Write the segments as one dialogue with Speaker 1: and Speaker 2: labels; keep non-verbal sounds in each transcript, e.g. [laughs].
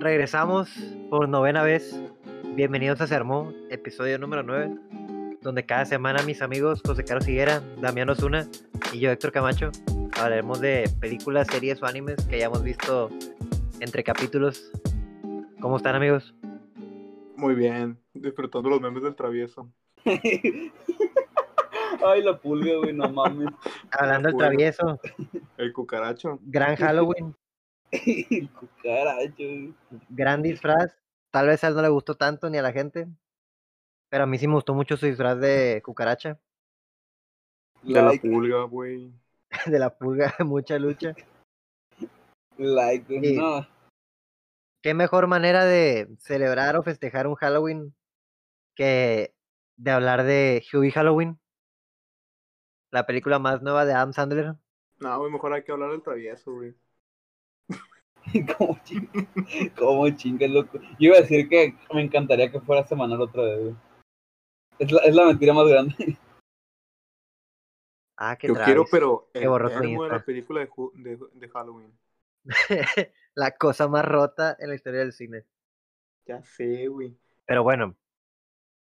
Speaker 1: regresamos por novena vez. Bienvenidos a Sermón, episodio número 9, donde cada semana mis amigos José Carlos Higuera, Damián Osuna y yo, Héctor Camacho, hablaremos de películas, series o animes que hayamos visto entre capítulos. ¿Cómo están, amigos?
Speaker 2: Muy bien, disfrutando los memes del travieso.
Speaker 3: [laughs] Ay, la pulga, güey, no mames. [laughs]
Speaker 1: Hablando del
Speaker 2: Bueno.
Speaker 1: travieso,
Speaker 2: El cucaracho.
Speaker 1: gran Halloween,
Speaker 3: El cucaracho, güey.
Speaker 1: gran disfraz. Tal vez a él no le gustó tanto ni a la gente, pero a mí sí me gustó mucho su disfraz de cucaracha, [laughs]
Speaker 2: De la
Speaker 3: Like,
Speaker 2: pulga, güey.
Speaker 1: de la pulga, [laughs] mucha lucha.
Speaker 3: like, güey,
Speaker 1: Sí.
Speaker 3: no. [laughs]
Speaker 1: qué mejor manera de celebrar o festejar un Halloween que de hablar de Huey Halloween, la película más nueva de Adam Sandler.
Speaker 2: No, güey, mejor hay que hablar del travieso, güey.
Speaker 3: ¿Cómo chingas? ¿Cómo chingas, loco? Yo iba a decir que me encantaría que fuera semanal otra vez, güey. Es la, es la mentira más grande. [laughs]
Speaker 1: Ah, qué
Speaker 2: Yo quiero,
Speaker 1: Travis,
Speaker 2: pero el
Speaker 1: borró tu
Speaker 2: termo de
Speaker 1: Insta.
Speaker 2: la película de, Ju- de, de Halloween.
Speaker 1: [laughs] la cosa más rota en la historia del cine.
Speaker 2: Ya sé, güey.
Speaker 1: Pero bueno,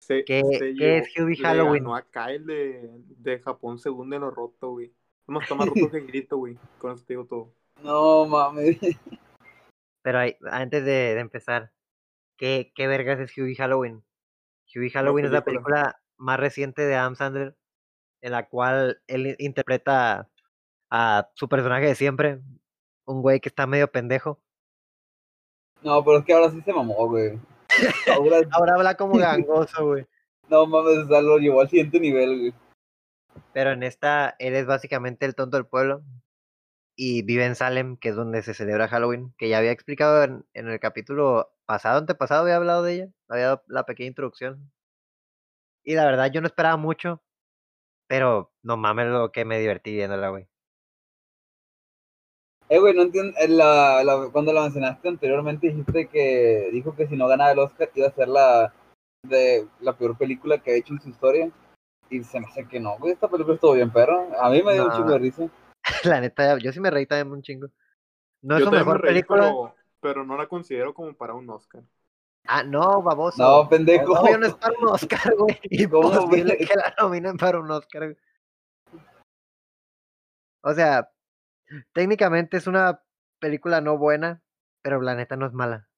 Speaker 2: Se,
Speaker 1: ¿Qué-
Speaker 2: se
Speaker 1: qué
Speaker 2: llevó-
Speaker 1: es Hubie
Speaker 2: le
Speaker 1: Halloween?
Speaker 2: ganó acá el de, de Japón según de lo roto, güey. Vamos a tomar roto que grito, güey. Con eso te digo todo.
Speaker 3: No mames. [laughs]
Speaker 1: pero ahí- antes de, de empezar, ¿qué, ¿qué vergas es Huey Halloween? Huey
Speaker 2: pues
Speaker 1: Halloween es la
Speaker 2: película.
Speaker 1: película más reciente de Adam Sandler, en la cual él interpreta a su personaje de siempre, un güey que está medio pendejo.
Speaker 3: No, pero es que ahora sí se mamó, güey. Ahora,
Speaker 1: Ahora habla
Speaker 2: [laughs]
Speaker 1: como gangoso, güey.
Speaker 3: no mames, o sea, lo llevó al siguiente nivel, güey.
Speaker 1: Pero en esta, él es básicamente el tonto del pueblo. Y vive en Salem, que es donde se celebra Halloween, que ya había explicado en, en el capítulo pasado, antepasado, había hablado de ella. Había dado la pequeña introducción. Y la verdad, yo no esperaba mucho. Pero no mames lo que me divertí viéndola, güey. [laughs]
Speaker 3: Eh, güey, no entiendo. eh, La, la- cuando la mencionaste anteriormente, dijiste que dijo que si no ganaba el Oscar iba a ser la, de, la peor película que ha hecho en su historia. Y se me hace que no, güey. Esta película estuvo bien, perro. A mí me dio
Speaker 1: No.
Speaker 3: un chingo de risa.
Speaker 1: La neta, yo sí me reí también un chingo. No es
Speaker 2: Yo
Speaker 1: su
Speaker 2: también me
Speaker 1: mejor
Speaker 2: reí,
Speaker 1: película.
Speaker 2: Pero, pero no la considero como para
Speaker 1: [laughs]
Speaker 2: un Oscar.
Speaker 1: Ah, no, baboso.
Speaker 3: No, pendejo.
Speaker 1: Obvio no es para un
Speaker 3: [laughs]
Speaker 1: Oscar, güey. pues,
Speaker 3: ¿Cómo, güey?
Speaker 1: Imposible que la nominen para un Oscar. güey. O sea, técnicamente es una película no buena, pero la neta no es mala.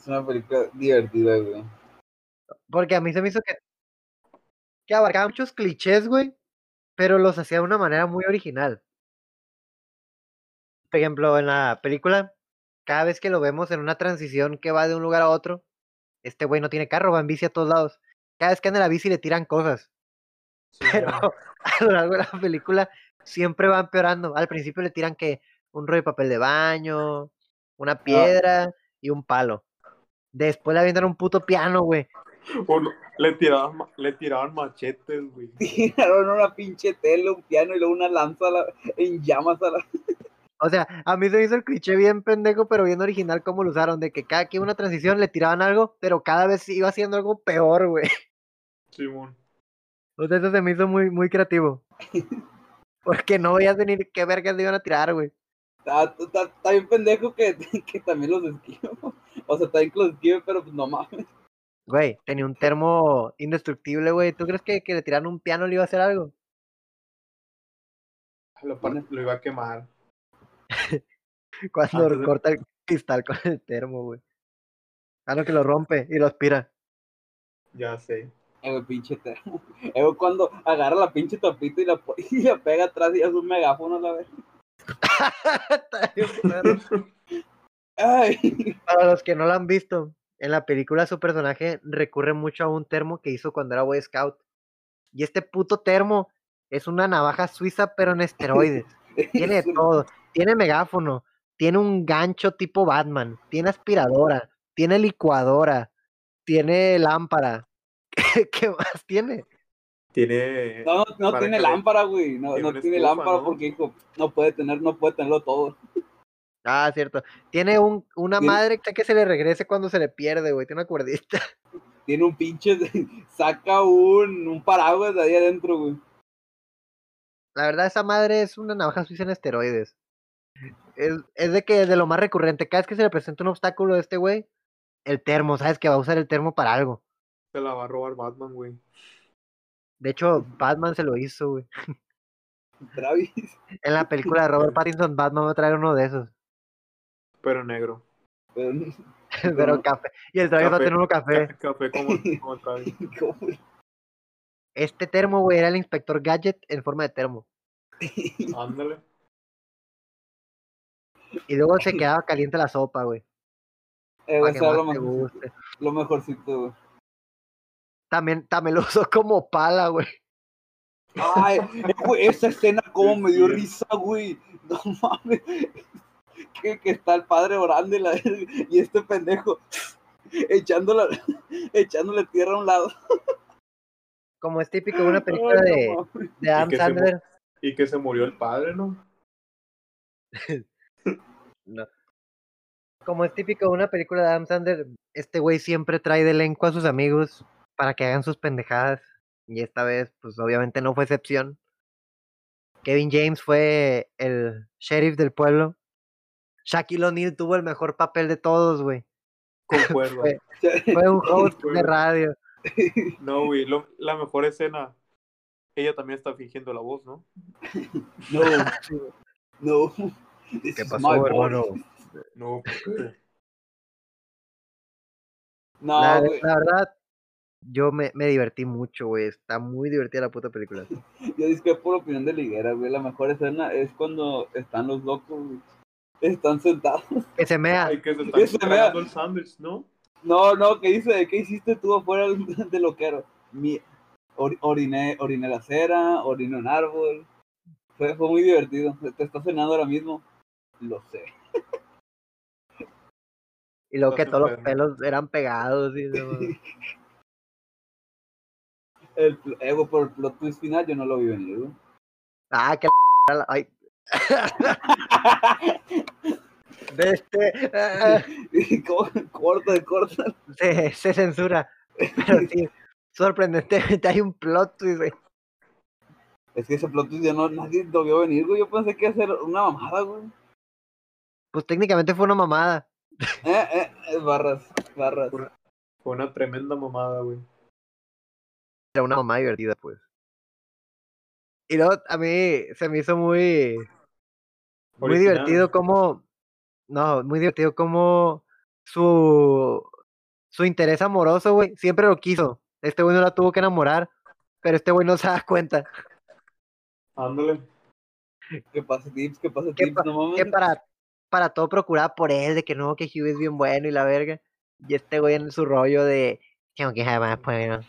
Speaker 3: Es una película divertida, güey. [laughs]
Speaker 1: Porque a mí se me hizo que, que abarcaba muchos clichés, güey, pero los hacía de una manera muy original. Por ejemplo, en la película, cada vez que lo vemos en una transición que va de un lugar a otro, este güey no tiene carro, va en bici a todos lados. Cada vez que anda en la bici le tiran cosas. pero [laughs] a lo largo de la película siempre va empeorando. Al principio le tiran que un rollo de papel de baño, una piedra y un palo. Después le avientan un puto piano, güey.
Speaker 2: O lo- le, tiraban, ma- le tiraban machetes, güey.
Speaker 3: Tiraron una pinche tela, un piano y luego una lanza a la- en llamas a la.
Speaker 1: O sea, a mí se me hizo el cliché bien pendejo, pero bien original como lo usaron, de que cada que iba una transición le tiraban algo, pero cada vez iba haciendo algo peor, güey. [laughs]
Speaker 2: Simón.
Speaker 1: O sea, eso se me hizo muy, muy creativo. Porque no veías venir qué vergas le iban a tirar, güey.
Speaker 3: Está, está- está bien pendejo que, [laughs] que también los esquive. O sea, también que los esquive, pero pues no mames.
Speaker 1: Güey, tenía un termo indestructible, güey. ¿Tú crees que, que le tiraron un piano le iba a hacer algo?
Speaker 2: Lo, par- lo iba a quemar.
Speaker 1: Cuando
Speaker 2: Antes de-
Speaker 1: corta el cristal con el termo, güey. Ah, no, que lo rompe y lo aspira.
Speaker 2: Ya sé.
Speaker 3: Eh, güey, pinche termo. [laughs] Eh, güey, cuando agarra la pinche tapita y la, po- [laughs] y la pega atrás y hace un megáfono a la vez.
Speaker 1: Está bien perro.
Speaker 3: Ay,
Speaker 1: [laughs] Para los que no lo han visto, en la película su personaje recurre mucho a un termo que hizo cuando era Boy Scout. Y este puto termo es una navaja suiza, pero en esteroides. Tiene
Speaker 3: [laughs]
Speaker 1: de
Speaker 3: es un-
Speaker 1: todo. Tiene megáfono. Tiene un gancho tipo Batman. Tiene aspiradora. Tiene licuadora. Tiene lámpara. [laughs] ¿Qué, qué más tiene?
Speaker 2: Tiene.
Speaker 3: No, no
Speaker 2: Para
Speaker 3: tiene
Speaker 2: que le-
Speaker 3: lámpara, güey. No,
Speaker 2: tiene
Speaker 3: no
Speaker 2: una
Speaker 3: tiene
Speaker 2: estufa,
Speaker 3: lámpara
Speaker 2: ¿no?
Speaker 3: porque dijo, no puede tener, no puede tenerlo todo.
Speaker 1: Ah, cierto. Tiene un, una
Speaker 3: Tiene-
Speaker 1: madre que que se le regrese cuando se le pierde, güey. Tiene una cuerdita. [laughs]
Speaker 3: Tiene un pinche, [laughs] saca un, un paraguas de ahí adentro, güey.
Speaker 1: La verdad, esa madre es una navaja suiza en esteroides. Es, es de que de lo más recurrente, cada vez que se le presenta un obstáculo a este güey, el termo, sabes que va a usar el termo para algo.
Speaker 2: Se la va a robar Batman, güey.
Speaker 1: De hecho, Batman se lo hizo, güey.
Speaker 3: Travis. [laughs]
Speaker 1: En la película de Robert Pattinson, Batman va a traer uno de esos. [laughs]
Speaker 2: Pero negro.
Speaker 3: Pero-
Speaker 1: Pero café. Y el Travis va a
Speaker 2: Café.
Speaker 1: tener uno café.
Speaker 2: Café como,
Speaker 3: [laughs]
Speaker 2: como el Travis.
Speaker 3: [laughs] ¿Cómo? Eh,
Speaker 1: Este termo, güey, era el inspector Gadget en forma de termo.
Speaker 2: Ándale.
Speaker 1: Y luego se quedaba caliente la sopa, güey. Para
Speaker 3: Eh, güey,
Speaker 1: que
Speaker 3: sea,
Speaker 1: más
Speaker 3: lo,
Speaker 1: te
Speaker 3: mejor,
Speaker 1: guste.
Speaker 3: lo mejorcito, güey.
Speaker 1: También, también lo usó como pala, güey.
Speaker 3: Ay, eh, güey, esa escena como
Speaker 2: Sí,
Speaker 3: me dio
Speaker 2: sí.
Speaker 3: risa, güey. No mames. Que, que está el padre orando y, la, verga, y este pendejo echándole, echándole tierra a un lado.
Speaker 1: Como es típico de una película
Speaker 3: Ay, no
Speaker 1: de,
Speaker 3: mames.
Speaker 1: de Adam
Speaker 2: que se mu-
Speaker 1: Sandler.
Speaker 2: Y que se murió el padre, ¿no?
Speaker 1: Como es típico de una película de Adam Sandler, este güey siempre trae de elenco a sus amigos para que hagan sus pendejadas. Y esta vez, pues obviamente no fue excepción. Kevin James fue el sheriff del pueblo. Shaquille O'Neal tuvo el mejor papel de todos,
Speaker 3: [laughs]
Speaker 1: güey. [laughs]
Speaker 2: Concuerdo.
Speaker 1: Fue- Fue un host de
Speaker 2: Güey.
Speaker 1: radio.
Speaker 2: No, güey. lo- la mejor escena. Ella también está fingiendo la voz, ¿no?
Speaker 3: No, no. This is my voice.
Speaker 2: No, porque
Speaker 3: No,
Speaker 1: La,
Speaker 3: Ah, güey,
Speaker 1: la verdad, yo me, me divertí mucho, güey. Está muy divertida la puta película.
Speaker 3: yo discrepo por opinión de Liguera, güey. La mejor escena es cuando están los locos, güey. Están sentados.
Speaker 1: Que se mea.
Speaker 2: Ay, que
Speaker 3: [laughs]
Speaker 2: se
Speaker 3: Ese
Speaker 2: está
Speaker 3: me
Speaker 2: tragando el sándwich, ¿no?
Speaker 3: No, no, ¿qué dice? ¿Qué hiciste tú afuera [laughs] del del loquero? Mi, or- oriné, oriné la acera, oriné un árbol. Fue, fue muy divertido. Te- Te está cenando ahora mismo. Lo sé.
Speaker 1: Y luego que
Speaker 2: Estás
Speaker 1: todos los
Speaker 2: enfermo.
Speaker 1: pelos eran pegados. Y eso,
Speaker 3: El, pl- eh, güey, por el plot twist final yo no lo vi venir, güey.
Speaker 1: [laughs]
Speaker 3: [laughs]
Speaker 1: ah, que la. Ay, de este. ah,
Speaker 3: Co- corta, corta.
Speaker 1: se, se censura. Pero sí, sorprendentemente hay un plot twist, güey.
Speaker 3: Es que ese plot twist yo no, nadie lo vio venir, güey. Yo pensé que iba a ser una mamada, güey.
Speaker 1: Pues técnicamente fue una mamada.
Speaker 3: Eh, eh, eh, barras, barras.
Speaker 2: Fue una tremenda mamada, güey.
Speaker 1: Era una mamada divertida, pues. Y luego a mí se me hizo muy. Muy
Speaker 2: Original.
Speaker 1: divertido como. No, muy divertido como su. Su interés amoroso, güey. Siempre lo quiso. Este güey no la tuvo que enamorar. Pero este güey no se da [laughs] cuenta.
Speaker 2: Ándale.
Speaker 3: Que pase tips, que pase
Speaker 1: ¿Qué
Speaker 3: tips,
Speaker 1: pa-
Speaker 3: no
Speaker 1: Que
Speaker 3: mames.
Speaker 1: para, para todo procuraba por él, de que no, que Hugh es bien bueno y la verga. Y este güey en su rollo de. Tengo que jamás, bueno.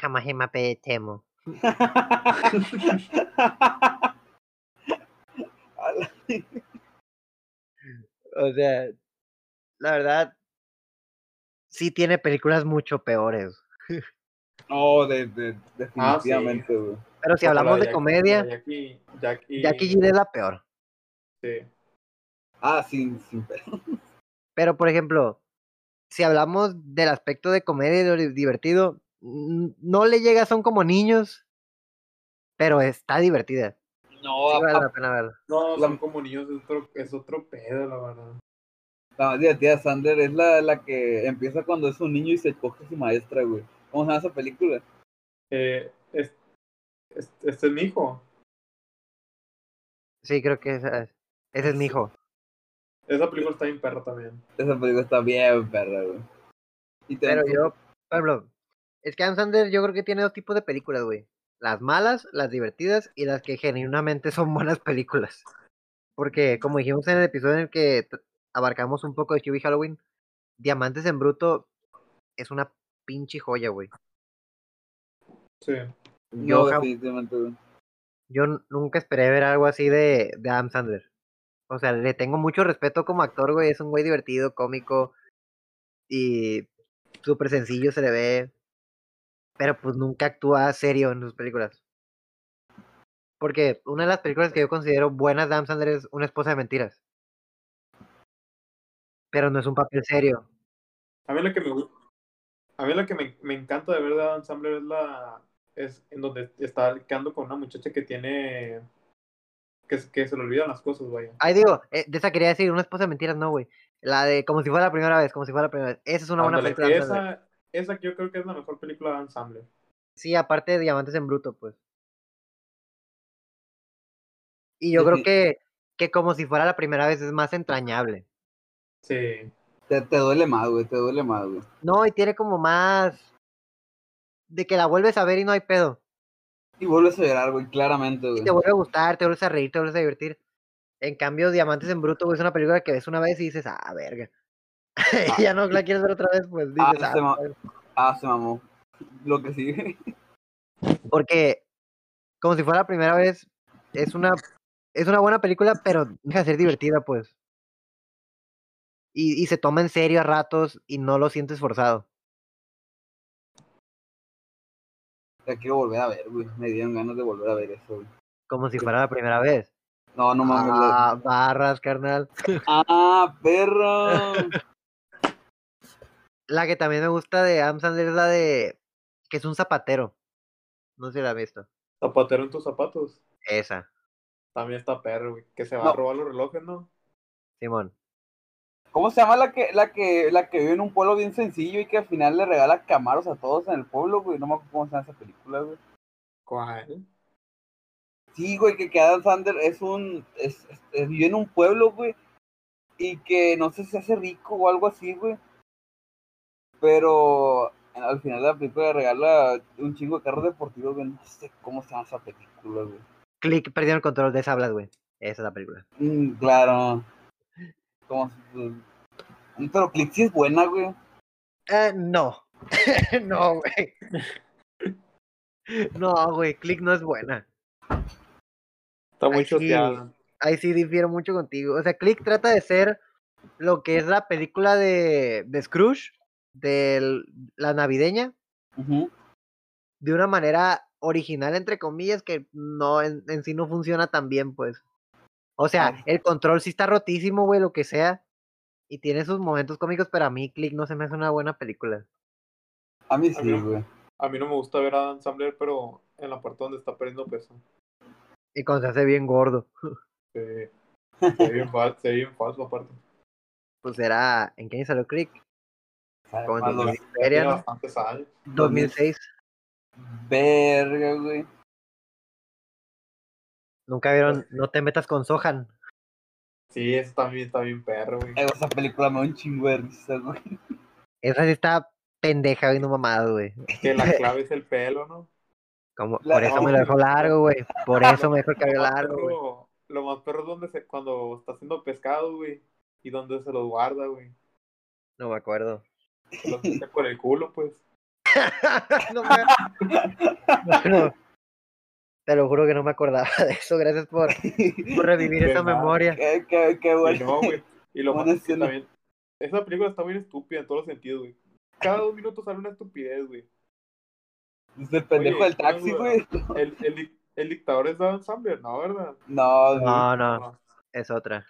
Speaker 1: Jamás y mape temo.
Speaker 3: A la-
Speaker 1: O sea, la verdad. Sí tiene películas mucho peores.
Speaker 3: [laughs] No, de, de- definitivamente, güey.
Speaker 1: Pero si
Speaker 2: Como la
Speaker 1: hablamos de
Speaker 2: Jackie-
Speaker 1: comedia,
Speaker 2: la Jackie, Jackie, este,
Speaker 1: Jackie Gilles es la peor.
Speaker 2: sí.
Speaker 3: Ah, sin, sin pedo.
Speaker 1: Pero, por ejemplo, si hablamos del aspecto de comedia y de lo divertido, n- no le llega, son como niños, pero está divertida.
Speaker 3: No,
Speaker 1: Sí
Speaker 3: a-
Speaker 1: vale
Speaker 3: a-
Speaker 1: la pena verla.
Speaker 2: No,
Speaker 3: La-
Speaker 2: son como niños, es otro, es otro pedo, la verdad.
Speaker 3: la más divertida de Sander es la, la que empieza cuando es un niño y se coge a su maestra, güey. ¿Cómo se llama esa película?
Speaker 2: Eh, es, es- este es mi hijo.
Speaker 1: Sí, creo que esa es- ese es mi hijo.
Speaker 2: Esa película está bien perra también.
Speaker 3: Esa película está bien, perra, güey. Y te-
Speaker 1: Pero yo, por ejemplo, es que Adam Sandler yo creo que tiene dos tipos de películas, güey. Las malas, las divertidas y las que genuinamente son buenas películas. Porque, como dijimos en el episodio en el que t- abarcamos un poco de Hubie Halloween, Diamantes en Bruto es una pinche joya, güey.
Speaker 2: Sí.
Speaker 3: No,
Speaker 1: yo jam-
Speaker 3: definitivamente, güey.
Speaker 1: Yo n- nunca esperé ver algo así de, de Adam Sandler. O sea, le tengo mucho respeto como actor, güey. Es un güey divertido, cómico y súper sencillo se le ve. Pero pues nunca actúa serio en sus películas. Porque una de las películas que yo considero buenas de Adam Sandler es Una esposa de mentiras. Pero no es un papel serio.
Speaker 2: A mí la que me gu- a mí la que me, me encanta de ver de Adam Sandler es la es en donde está quedando con una muchacha que tiene que, que se le olvidan las cosas, vaya.
Speaker 1: Ahí digo, eh, de esa quería decir, una esposa de mentiras, no, güey. La de como si fuera la primera vez, como si fuera la primera vez. Esa es una buena
Speaker 2: Ándale,
Speaker 1: película. de Adam Sandler.
Speaker 2: esa, esa yo creo que es la mejor película de ensamble.
Speaker 1: Sí, aparte de Diamantes en Bruto, pues. Y yo creo
Speaker 3: Ujú.
Speaker 1: que, que como si fuera la primera vez es más entrañable.
Speaker 2: Sí.
Speaker 3: Te, te duele más, güey, te duele más, güey.
Speaker 1: No, y tiene como más de que la vuelves a ver y no hay pedo.
Speaker 3: Y vuelves a llorar, güey, claramente,
Speaker 1: Y
Speaker 3: güey.
Speaker 1: te vuelve a gustar, te vuelves a reír, te vuelves a divertir. En cambio, Diamantes en Bruto güey, es una película que ves una vez y dices, ah, verga. [laughs] y ya no la quieres ver otra vez, pues
Speaker 3: Ah,
Speaker 1: dices, ah,
Speaker 3: se ma-
Speaker 1: verga".
Speaker 3: Ah, se mamó. [laughs] Lo que sigue. [laughs]
Speaker 1: porque como si fuera la primera vez, es una, es una buena película, pero deja de ser divertida, pues. Y, y se toma en serio a ratos y no lo sientes forzado.
Speaker 3: La quiero volver a ver, güey. Me dieron ganas de volver a ver eso, güey.
Speaker 1: Como si fuera la primera vez.
Speaker 3: No, no mames. la-
Speaker 1: Ah, barras, carnal.
Speaker 3: Ah, perro.
Speaker 1: La que también me gusta de Adam Sandler es la de que es un zapatero. No sé si la has visto.
Speaker 2: Zapatero en tus zapatos.
Speaker 1: Esa,
Speaker 2: También está perro, güey. Que se va
Speaker 3: No.
Speaker 2: a robar los relojes, ¿no?
Speaker 1: Simón.
Speaker 3: ¿Cómo se llama la que, la que, la que vive en un pueblo bien sencillo y que al final le regala camaros a todos en el pueblo, güey? No me acuerdo cómo se llama esa película, güey.
Speaker 2: ¿Cuál?
Speaker 3: Sí, güey, que, que Adam Sandler es un. Es, es- es- vive en un pueblo, güey. Y que no sé si se hace rico o algo así, güey. Pero en- al final de la película le regala un chingo de carros deportivos, güey. No sé cómo se llama esa película, güey.
Speaker 1: Click, perdieron el control de esa hablas, güey. Esa es la película.
Speaker 3: Mm, claro. Como. si- Pero Click sí es buena, güey.
Speaker 1: Eh, no. [laughs] no, güey. No, güey, Click no es buena.
Speaker 2: Está muy
Speaker 1: Ay, sí.
Speaker 2: choteada.
Speaker 1: Ahí sí difiero mucho contigo. O sea, Click trata de ser lo que es la película de, de Scrooge, de la navideña,
Speaker 3: Ujú.
Speaker 1: de una manera original, entre comillas, que no, en, en sí no funciona tan bien, pues. O sea,
Speaker 3: Ah.
Speaker 1: el control sí está rotísimo, güey, lo que sea. Y tiene sus momentos cómicos, pero a mí Click no se me hace una buena película.
Speaker 3: A mí sí,
Speaker 2: mí no.
Speaker 3: güey.
Speaker 2: A mí no me gusta ver a Adam Sandler, pero en la parte donde está perdiendo peso.
Speaker 1: Y cuando se hace bien gordo,
Speaker 2: Se, se ve bien fal- se ve bien falso, aparte.
Speaker 1: pues era... ¿En qué año salió Click?
Speaker 3: Sabe
Speaker 1: Como en
Speaker 3: más los-
Speaker 1: 2000,
Speaker 2: Tiene
Speaker 1: feria, ¿no?
Speaker 2: bastantes años.
Speaker 1: 2006.
Speaker 3: Verga, güey.
Speaker 1: Nunca vieron No te metas con Sohan.
Speaker 2: Sí, eso también está bien perro, güey.
Speaker 3: Eh, Esa película me da un chingo de risa, güey. [laughs]
Speaker 1: Esa sí está pendeja, güey, no mamada, güey. [laughs]
Speaker 2: Que la clave es el pelo, ¿no?
Speaker 1: Como,
Speaker 3: La-
Speaker 1: por eso
Speaker 2: [laughs]
Speaker 1: me lo dejó largo, güey. Por eso me dejó el cabello
Speaker 2: Lo más
Speaker 1: largo, güey.
Speaker 2: perro- Lo más perro es donde se, cuando está haciendo pescado, güey. Y donde se los guarda, güey.
Speaker 1: No me acuerdo. [laughs]
Speaker 2: Se los mete por el culo, pues.
Speaker 1: No me- no. Te lo juro que no me acordaba de eso. Gracias por, por revivir
Speaker 2: De
Speaker 1: esa
Speaker 2: nada.
Speaker 1: memoria.
Speaker 3: qué, qué, qué
Speaker 2: Y
Speaker 3: bueno.
Speaker 2: no, güey.
Speaker 1: [laughs]
Speaker 2: Y lo más
Speaker 3: Buena
Speaker 2: es que
Speaker 3: escena.
Speaker 2: también. Esa película está bien estúpida en todos los sentidos, güey. Cada dos minutos sale una estupidez, güey.
Speaker 3: Desde el pendejo
Speaker 2: Oye,
Speaker 3: del taxi,
Speaker 2: una
Speaker 3: güey.
Speaker 2: duda. El, el, di- el dictador es Dan Sandler, ¿no? ¿Verdad?
Speaker 3: No, güey.
Speaker 1: No, no, es otra.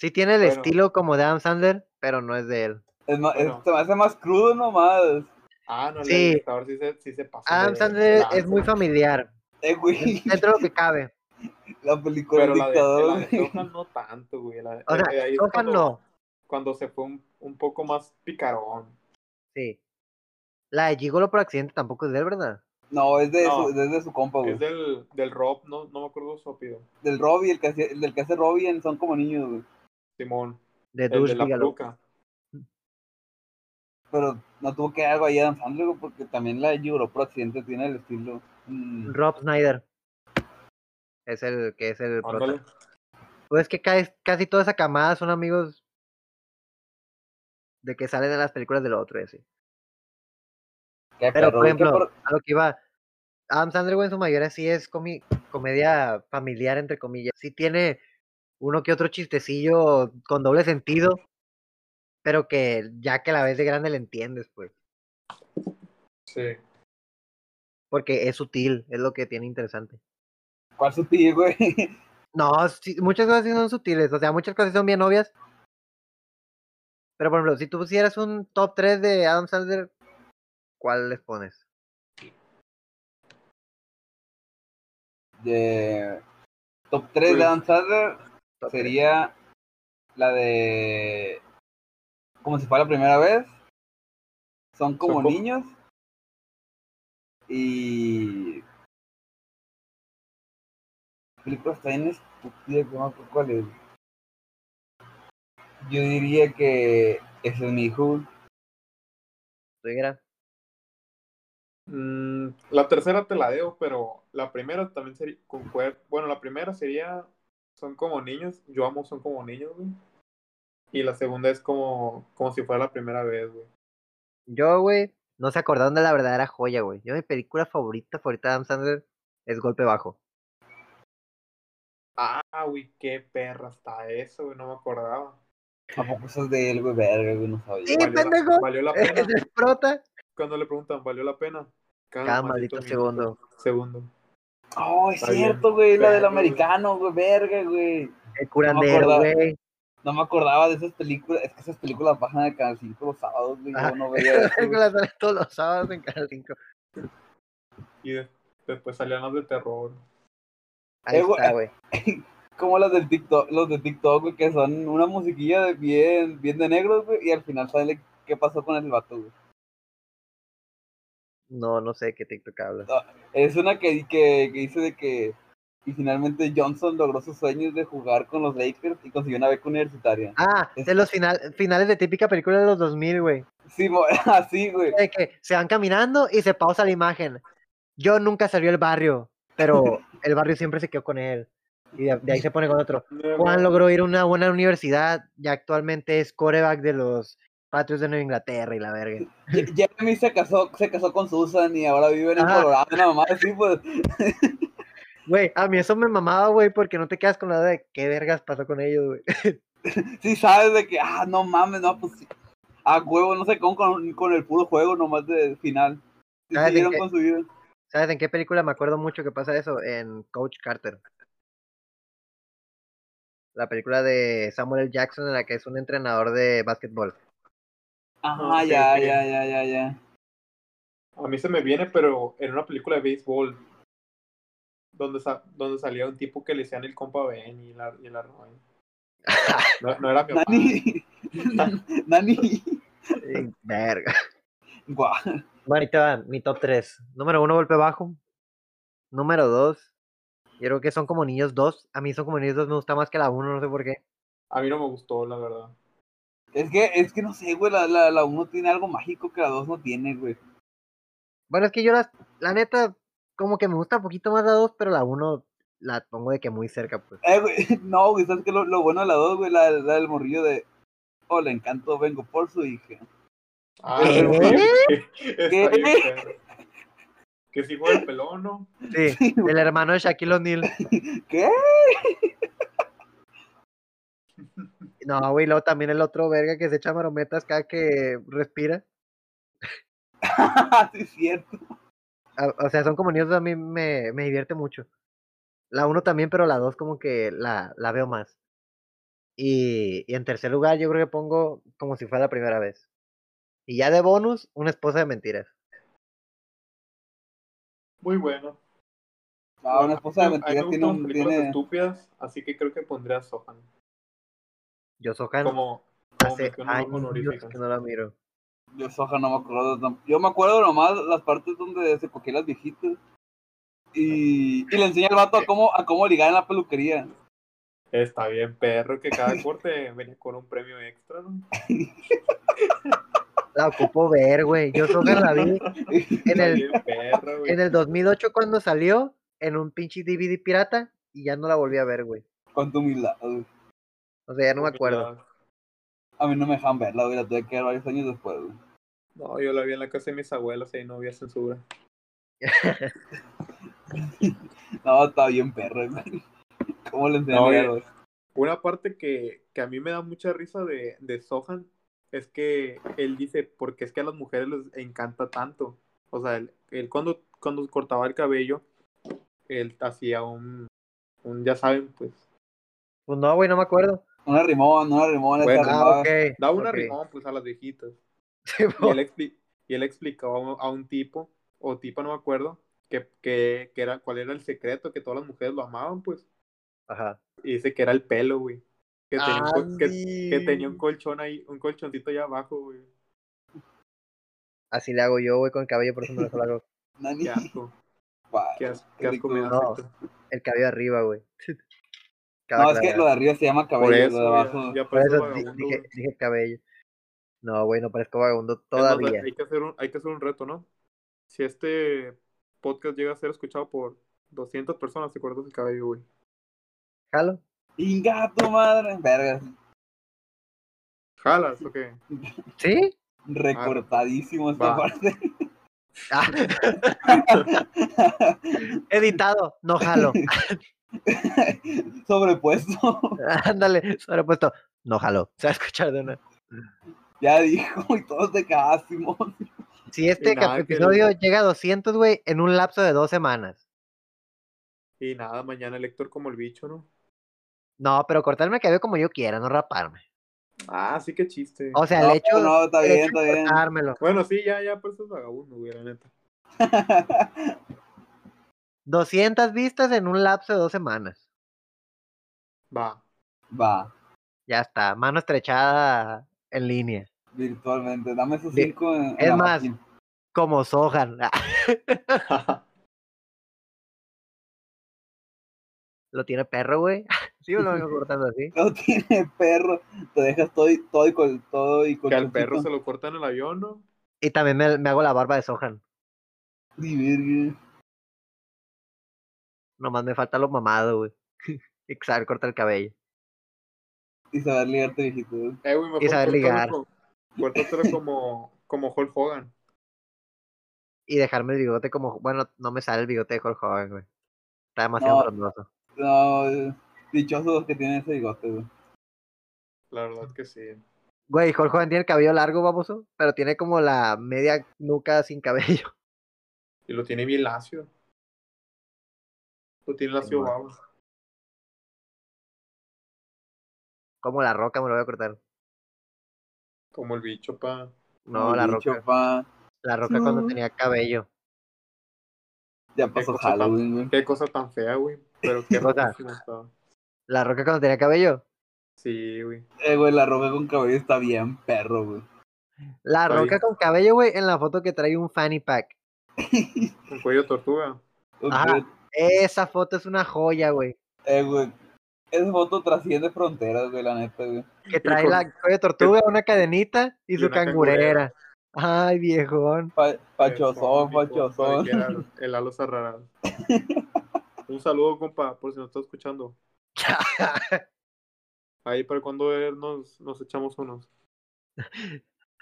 Speaker 1: Sí tiene el
Speaker 2: Bueno.
Speaker 1: estilo como de Adam Sandler, pero no es de él.
Speaker 3: Es más, es-
Speaker 2: Bueno.
Speaker 3: se me hace más crudo nomás.
Speaker 2: Ah, no, el
Speaker 1: Sí.
Speaker 2: dictador sí se, sí se pasa.
Speaker 1: Adam
Speaker 2: de
Speaker 1: Sandler es
Speaker 2: lanza,
Speaker 1: muy familiar.
Speaker 3: Eh, güey.
Speaker 1: Dentro de lo que cabe.
Speaker 3: [laughs] La película
Speaker 2: Pero
Speaker 3: del
Speaker 2: la de, la
Speaker 3: dictador.
Speaker 2: de Sohan no tanto, güey. La,
Speaker 1: O sea,
Speaker 2: eh, ahí es
Speaker 1: Sohan
Speaker 2: cuando-
Speaker 1: no.
Speaker 2: cuando se fue un, un poco más picarón.
Speaker 1: Sí. La de Gigolo por accidente tampoco es de él, ¿verdad?
Speaker 3: No, es de,
Speaker 2: No.
Speaker 3: Su, es de su
Speaker 1: Oh.
Speaker 3: compa, güey.
Speaker 2: Es del, del Rob, no, no me acuerdo su apellido.
Speaker 3: Del Robbie, el que hace, el del que hace Robbie en Son como niños, güey.
Speaker 2: Simón,
Speaker 1: De
Speaker 2: el de
Speaker 1: Dulce
Speaker 2: la
Speaker 1: Gigolo.
Speaker 2: peluca.
Speaker 3: Pero no tuvo que algo ahí Adam Sandler, güey, porque también la de Euro Pro Accidente tiene el estilo. mm,
Speaker 1: Rob Snyder. Es el que es el prota.
Speaker 2: Ándale.
Speaker 1: Pues es que casi, casi toda esa camada son amigos de que salen de las películas del otro, y así.
Speaker 3: qué
Speaker 1: Pero,
Speaker 3: perro,
Speaker 1: por
Speaker 3: güey, qué
Speaker 1: ejemplo,
Speaker 3: perro.
Speaker 1: a lo que iba, Adam Sandler, güey, en su mayoría sí es comi- comedia familiar, entre comillas. Sí tiene uno que otro chistecillo con doble sentido, pero que ya que la ves de grande le entiendes, pues.
Speaker 2: Sí.
Speaker 1: Porque es sutil, es lo que tiene interesante.
Speaker 3: ¿Cuál sutil, güey? [laughs]
Speaker 1: No, sí, muchas cosas sí son sutiles, o sea, muchas cosas sí son bien obvias. Pero, por ejemplo, si tú pusieras un top 3 de Adam Sandler, ¿cuál les pones?
Speaker 3: De... Top 3
Speaker 2: Güey.
Speaker 3: de Adam Sandler
Speaker 1: Top tres.
Speaker 3: sería la de. Como si fuera la primera vez. Son como
Speaker 2: como-
Speaker 3: niños. Y. La película está bien estúpida, que no me acuerdo cuál es. Yo diría que. Ese es mi hijo.
Speaker 1: Oiga,
Speaker 2: Mm, la tercera te la debo, pero la primera también sería. con cuer- Bueno, la primera sería. Son como niños. Yo amo, son como niños, güey. Y la segunda es como, como si fuera la primera vez, güey.
Speaker 1: Yo, güey, no se acordaron de la verdadera joya, güey. Yo mi película favorita, favorita de Adam Sandler es Golpe
Speaker 3: [laughs]
Speaker 1: Bajo.
Speaker 2: Ah, güey, qué perra está eso, güey. No me acordaba.
Speaker 3: ¿A poco esas de él, güey? Verga, güey, no sabía.
Speaker 1: Sí,
Speaker 2: Valió la-
Speaker 1: pendejo.
Speaker 2: valió la
Speaker 1: Es
Speaker 2: pena.
Speaker 1: el prota.
Speaker 2: Cuando le preguntan, ¿valió la pena? Cada,
Speaker 1: Cada
Speaker 3: pues,
Speaker 1: maldito segundo.
Speaker 2: Segundo.
Speaker 3: Oh, es
Speaker 2: Está bien,
Speaker 3: cierto, güey. La del
Speaker 2: verga, güey.
Speaker 3: americano, güey. Verga, güey.
Speaker 1: El curandero,
Speaker 3: acordaba.
Speaker 1: güey.
Speaker 3: No me acordaba de esas películas. Es que esas películas bajan de Canal 5 los sábados, güey.
Speaker 1: Ah.
Speaker 3: Yo no veía eso, güey.
Speaker 1: La sale todos los sábados en Canal 5.
Speaker 2: Y de- después salían las de terror.
Speaker 1: Ahí
Speaker 3: Eh, güey,
Speaker 1: está, güey.
Speaker 3: Como las del TikTok, los de TikTok, güey, que son una musiquilla de bien, bien de negros, güey. Y al final sale qué pasó con el vato, güey.
Speaker 1: No, no sé qué TikTok hablas.
Speaker 3: Es una que, que, que dice de que. Y finalmente Johnson logró sus sueños de jugar con los Lakers y consiguió una beca universitaria.
Speaker 1: Ah,
Speaker 3: Es-
Speaker 1: de los final- finales de típica película de los 2000, güey.
Speaker 3: Sí, mo- [laughs] así, güey.
Speaker 1: De que se van caminando y se pausa la imagen. Yo nunca salió el barrio, pero el barrio siempre se quedó con él. Y de, de ahí se pone con otro. Juan logró ir a una buena universidad y actualmente es coreback de los Patriots de Nueva Inglaterra y la verga.
Speaker 3: Ye- Jeremy se casó, se casó con Susan y ahora vive en el
Speaker 1: Ajá.
Speaker 3: Colorado. Una mamá así, pues.
Speaker 1: Güey, a mí eso me mamaba, güey, porque no te quedas con la duda de qué vergas pasó con ellos, güey.
Speaker 3: Sí, sabes de que, ah, no mames, no, pues sí. A huevo, no sé cómo con, con el puro juego nomás de final. Sí,
Speaker 1: Ah, de
Speaker 3: siguieron
Speaker 1: que-
Speaker 3: con su vida.
Speaker 1: ¿Sabes en qué película me acuerdo mucho que pasa eso? En Coach Carter. La película de Samuel L. Jackson en la que es un entrenador de básquetbol.
Speaker 3: Ajá,
Speaker 2: ok,
Speaker 3: ya,
Speaker 2: ok.
Speaker 3: ya, ya, ya, ya.
Speaker 2: A mí se me viene, pero en una película de béisbol. Donde, sa- donde salía un tipo que le decían el compa Ben y la, y la Roy.
Speaker 1: [laughs]
Speaker 2: No, no era mi papá.
Speaker 3: Nani, [laughs]
Speaker 1: [laughs]
Speaker 3: Nani,
Speaker 1: Sí, Verga.
Speaker 3: guau.
Speaker 1: Bueno, ahí te va, mi top 3. Número 1, golpe bajo. Número 2. Yo creo que son como niños 2. A mí son como niños 2 me gusta más que la 1, no sé por qué.
Speaker 2: A mí no me gustó, la verdad.
Speaker 3: Es que, es que no sé, güey, la, la, la uno tiene algo mágico que la dos no tiene, güey.
Speaker 1: Bueno, es que yo las, la neta, como que me gusta un poquito más la 2, pero la 1 la pongo de que muy cerca, pues.
Speaker 3: Eh, güey, [laughs] no, güey, sabes que lo, lo bueno de la dos, güey, la, la del morrillo de, oh, le encanto, vengo por su hija. [laughs]
Speaker 2: Ah,
Speaker 1: ¿Qué?
Speaker 2: [laughs] está bien,
Speaker 3: ¿Qué?
Speaker 2: perro. Que si fue el pelón, ¿no?
Speaker 1: Sí, el hermano de Shaquille O'Neal.
Speaker 3: ¿Qué? [laughs]
Speaker 1: No, güey, luego también el otro verga que se echa marometas cada que respira.
Speaker 3: sí, es cierto.
Speaker 1: Ah, O sea, son como niños, a mí me, me divierte mucho. La uno también, pero la dos como que la, la veo más. Y, y en tercer lugar, yo creo que pongo como si fuera la primera vez. Y ya de bonus, una esposa de mentiras.
Speaker 2: Muy bueno.
Speaker 3: No, Ah, una
Speaker 2: A
Speaker 3: esposa de
Speaker 2: mí me
Speaker 3: mentiras
Speaker 2: gustan
Speaker 3: tiene
Speaker 2: las
Speaker 3: un,
Speaker 2: películas
Speaker 3: tiene,
Speaker 2: estúpidas, así que creo que pondría a Sohan.
Speaker 1: Yo Sohan
Speaker 2: Como, como
Speaker 1: hace
Speaker 2: mención
Speaker 1: años
Speaker 2: honorífica.
Speaker 1: que no la miro.
Speaker 3: Yo Soja no me acuerdo. tam- Yo me acuerdo nomás las partes donde se cogía las viejitas. Y, y le enseña al vato a cómo, a cómo ligar en la peluquería. [laughs]
Speaker 2: Está bien, perro, que cada corte [laughs] venía con un premio extra, ¿no?
Speaker 1: La ocupo ver, güey. Yo Sohan la [laughs] vi [laughs] en
Speaker 2: Está
Speaker 1: el,
Speaker 2: bien, perro, güey.
Speaker 1: en el 2008 cuando salió, en un pinche DVD pirata, y ya no la volví a ver, güey.
Speaker 3: Con tu humildad. güey.
Speaker 1: O sea, ya no me
Speaker 2: Porque
Speaker 1: acuerdo.
Speaker 2: la-
Speaker 3: A mí no me dejan verla, güey. La tuve que ver varios años después, güey.
Speaker 2: No, yo la vi en la casa de mis abuelas y ahí no había censura.
Speaker 3: No, está bien perro, güey. [laughs] ¿Cómo le enseñan
Speaker 2: No,
Speaker 3: a ligar,
Speaker 2: güey.
Speaker 3: güey?
Speaker 2: Una parte que, que a mí me da mucha risa de, de Sohan es que él dice, porque es que a las mujeres les encanta tanto. O sea, él, él cuando, cuando cortaba el cabello, él hacía un, un, ya saben, pues,
Speaker 1: Pues no, güey, no me acuerdo.
Speaker 3: Una rimón, una rimón.
Speaker 2: Bueno,
Speaker 3: esa
Speaker 1: Ah,
Speaker 3: rimaba.
Speaker 1: ok.
Speaker 2: daba una
Speaker 1: ok.
Speaker 2: rimón, pues, a las viejitas.
Speaker 1: [laughs] Sí, pues,
Speaker 2: [laughs] Y
Speaker 1: po. [laughs]
Speaker 2: él, expli- y él explicaba a un- a un tipo, o tipo, no me acuerdo, que, que, que era, cuál era el secreto, que todas las mujeres lo amaban, pues.
Speaker 1: Ajá.
Speaker 2: Y dice que era el pelo, güey. Que tenía, un, col- que,
Speaker 1: Andy.
Speaker 2: que tenía un colchón ahí, un colchoncito allá abajo, güey.
Speaker 1: Así le hago yo, güey, con el cabello, por eso me lo
Speaker 2: [laughs]
Speaker 1: hago. [laughs]
Speaker 3: Nani,
Speaker 2: Qué asco.
Speaker 3: [laughs] pa-
Speaker 2: Qué asco,
Speaker 3: qué
Speaker 2: qué asco me da
Speaker 1: ridículo.
Speaker 2: esto.
Speaker 1: El cabello arriba, güey. [laughs] Cada
Speaker 3: No, es que
Speaker 1: clavada.
Speaker 3: lo de arriba se llama cabello,
Speaker 2: Por eso,
Speaker 3: lo de abajo.
Speaker 2: ya, ya
Speaker 1: Por
Speaker 2: parece
Speaker 1: eso di-
Speaker 2: vagabundo,
Speaker 1: dije,
Speaker 2: güey. Es
Speaker 1: dije cabello. No, güey, no parezco vagabundo
Speaker 2: más, eh,
Speaker 1: todavía.
Speaker 2: Hay que, hacer un, hay que hacer un reto, ¿no? Si este podcast llega a ser escuchado por 200 personas, te cortas el cabello, güey.
Speaker 1: ¿Jalo?
Speaker 3: Inga tu madre. Vergas.
Speaker 2: Ah. ¿Jalas o qué?
Speaker 1: ¿Sí? [laughs]
Speaker 3: Recortadísimo esta
Speaker 2: Va.
Speaker 3: parte.
Speaker 2: [laughs]
Speaker 1: Ah.
Speaker 3: [laughs]
Speaker 1: Editado, no
Speaker 2: [laughs]
Speaker 1: jalo.
Speaker 3: [laughs] Sobrepuesto.
Speaker 1: [laughs]
Speaker 3: [laughs]
Speaker 1: Ándale, sobrepuesto. No jalo. Se va a escuchar de una.
Speaker 3: Ya dijo, y todos de cagásimo.
Speaker 1: Si este
Speaker 2: nada,
Speaker 1: cap-
Speaker 2: que-
Speaker 1: episodio llega a 200, güey, en un lapso de dos semanas.
Speaker 2: Y nada, mañana el Héctor como el bicho, ¿no?
Speaker 1: No, pero cortarme el cabello como yo quiera, no raparme.
Speaker 2: Ah, sí, qué chiste.
Speaker 1: O sea,
Speaker 3: No,
Speaker 1: el hecho
Speaker 3: no, está
Speaker 1: el
Speaker 3: bien,
Speaker 1: hecho
Speaker 3: está
Speaker 1: de
Speaker 3: bien.
Speaker 1: cortármelo.
Speaker 2: Bueno, sí, ya, ya, por eso es vagabundo, güey, la neta.
Speaker 1: ah. 200 vistas en un lapso de dos semanas. [laughs]
Speaker 2: Va.
Speaker 3: [laughs] Va,
Speaker 1: Ya está, mano estrechada en línea.
Speaker 3: virtualmente. Dame esos
Speaker 1: Bien.
Speaker 3: cinco. en- en
Speaker 1: Es
Speaker 3: la
Speaker 1: más,
Speaker 3: máquina. [laughs]
Speaker 1: Como Sohan. [laughs] Lo tiene perro, güey. [laughs] Sí, yo lo
Speaker 3: [laughs]
Speaker 1: vengo cortando así.
Speaker 3: No tiene perro. Te dejas todo y todo y con todo y con
Speaker 2: que al perro se lo cortan en el avión, ¿no?
Speaker 1: Y también me, me hago la barba de Sohan. Nomás me falta lo mamado, güey. [laughs] Y saber cortar el cabello.
Speaker 3: Y saber ligarte, viejito.
Speaker 2: Eh, güey, mejor
Speaker 1: saber
Speaker 2: cortártelo
Speaker 1: ligar.
Speaker 2: como- [laughs] Cortártelo como, como Hulk Hogan.
Speaker 1: Y dejarme el bigote como. Bueno, no me sale el bigote de Hulk Hogan, güey. Está demasiado
Speaker 3: No.
Speaker 1: frondoso.
Speaker 3: No, eh, dichosos los que tienen ese bigote, güey.
Speaker 2: La verdad que sí.
Speaker 1: Güey, Hulk Hogan tiene el cabello largo, baboso. Pero tiene como la media nuca sin cabello. [laughs]
Speaker 2: Y lo tiene bien lacio. Lo tiene lacio
Speaker 1: Simón.
Speaker 2: baba.
Speaker 1: Como la roca, me lo voy a cortar.
Speaker 2: Como el bicho, pa.
Speaker 1: No,
Speaker 3: Como
Speaker 1: la
Speaker 3: dicho,
Speaker 1: roca.
Speaker 3: pa,
Speaker 1: La roca cuando
Speaker 3: No.
Speaker 1: tenía cabello.
Speaker 3: ya pasó
Speaker 2: cosa tan-
Speaker 3: Halloween, güey.
Speaker 2: Qué cosa tan fea, güey. Pero
Speaker 1: [laughs]
Speaker 2: qué
Speaker 1: cosa?
Speaker 2: riquísimo estaba.
Speaker 1: La roca cuando tenía cabello.
Speaker 2: Sí, güey.
Speaker 3: Eh, güey, la roca con cabello está bien, perro, güey.
Speaker 1: La
Speaker 2: Está
Speaker 1: roca
Speaker 2: bien.
Speaker 1: con cabello, güey, en la foto que trae un fanny pack.
Speaker 2: Un cuello de tortuga.
Speaker 3: Ok,
Speaker 1: Ajá. Esa foto es una joya, güey.
Speaker 3: Eh, güey. Esa foto trasciende fronteras, güey, la neta, güey.
Speaker 1: Que trae
Speaker 2: con-
Speaker 1: la cuello de tortuga, una cadenita y
Speaker 2: y
Speaker 1: su
Speaker 2: una
Speaker 1: cangurera.
Speaker 2: cangurera.
Speaker 1: Ay, [laughs] viejón.
Speaker 3: Pa-
Speaker 2: Pachosón,
Speaker 3: pachosón, pachosón.
Speaker 2: El halo cerrará.
Speaker 1: [laughs]
Speaker 2: Un saludo, compa, por si nos
Speaker 1: [laughs]
Speaker 2: está escuchando. Ahí para cuando ver nos, nos
Speaker 1: [laughs]
Speaker 2: echamos unos.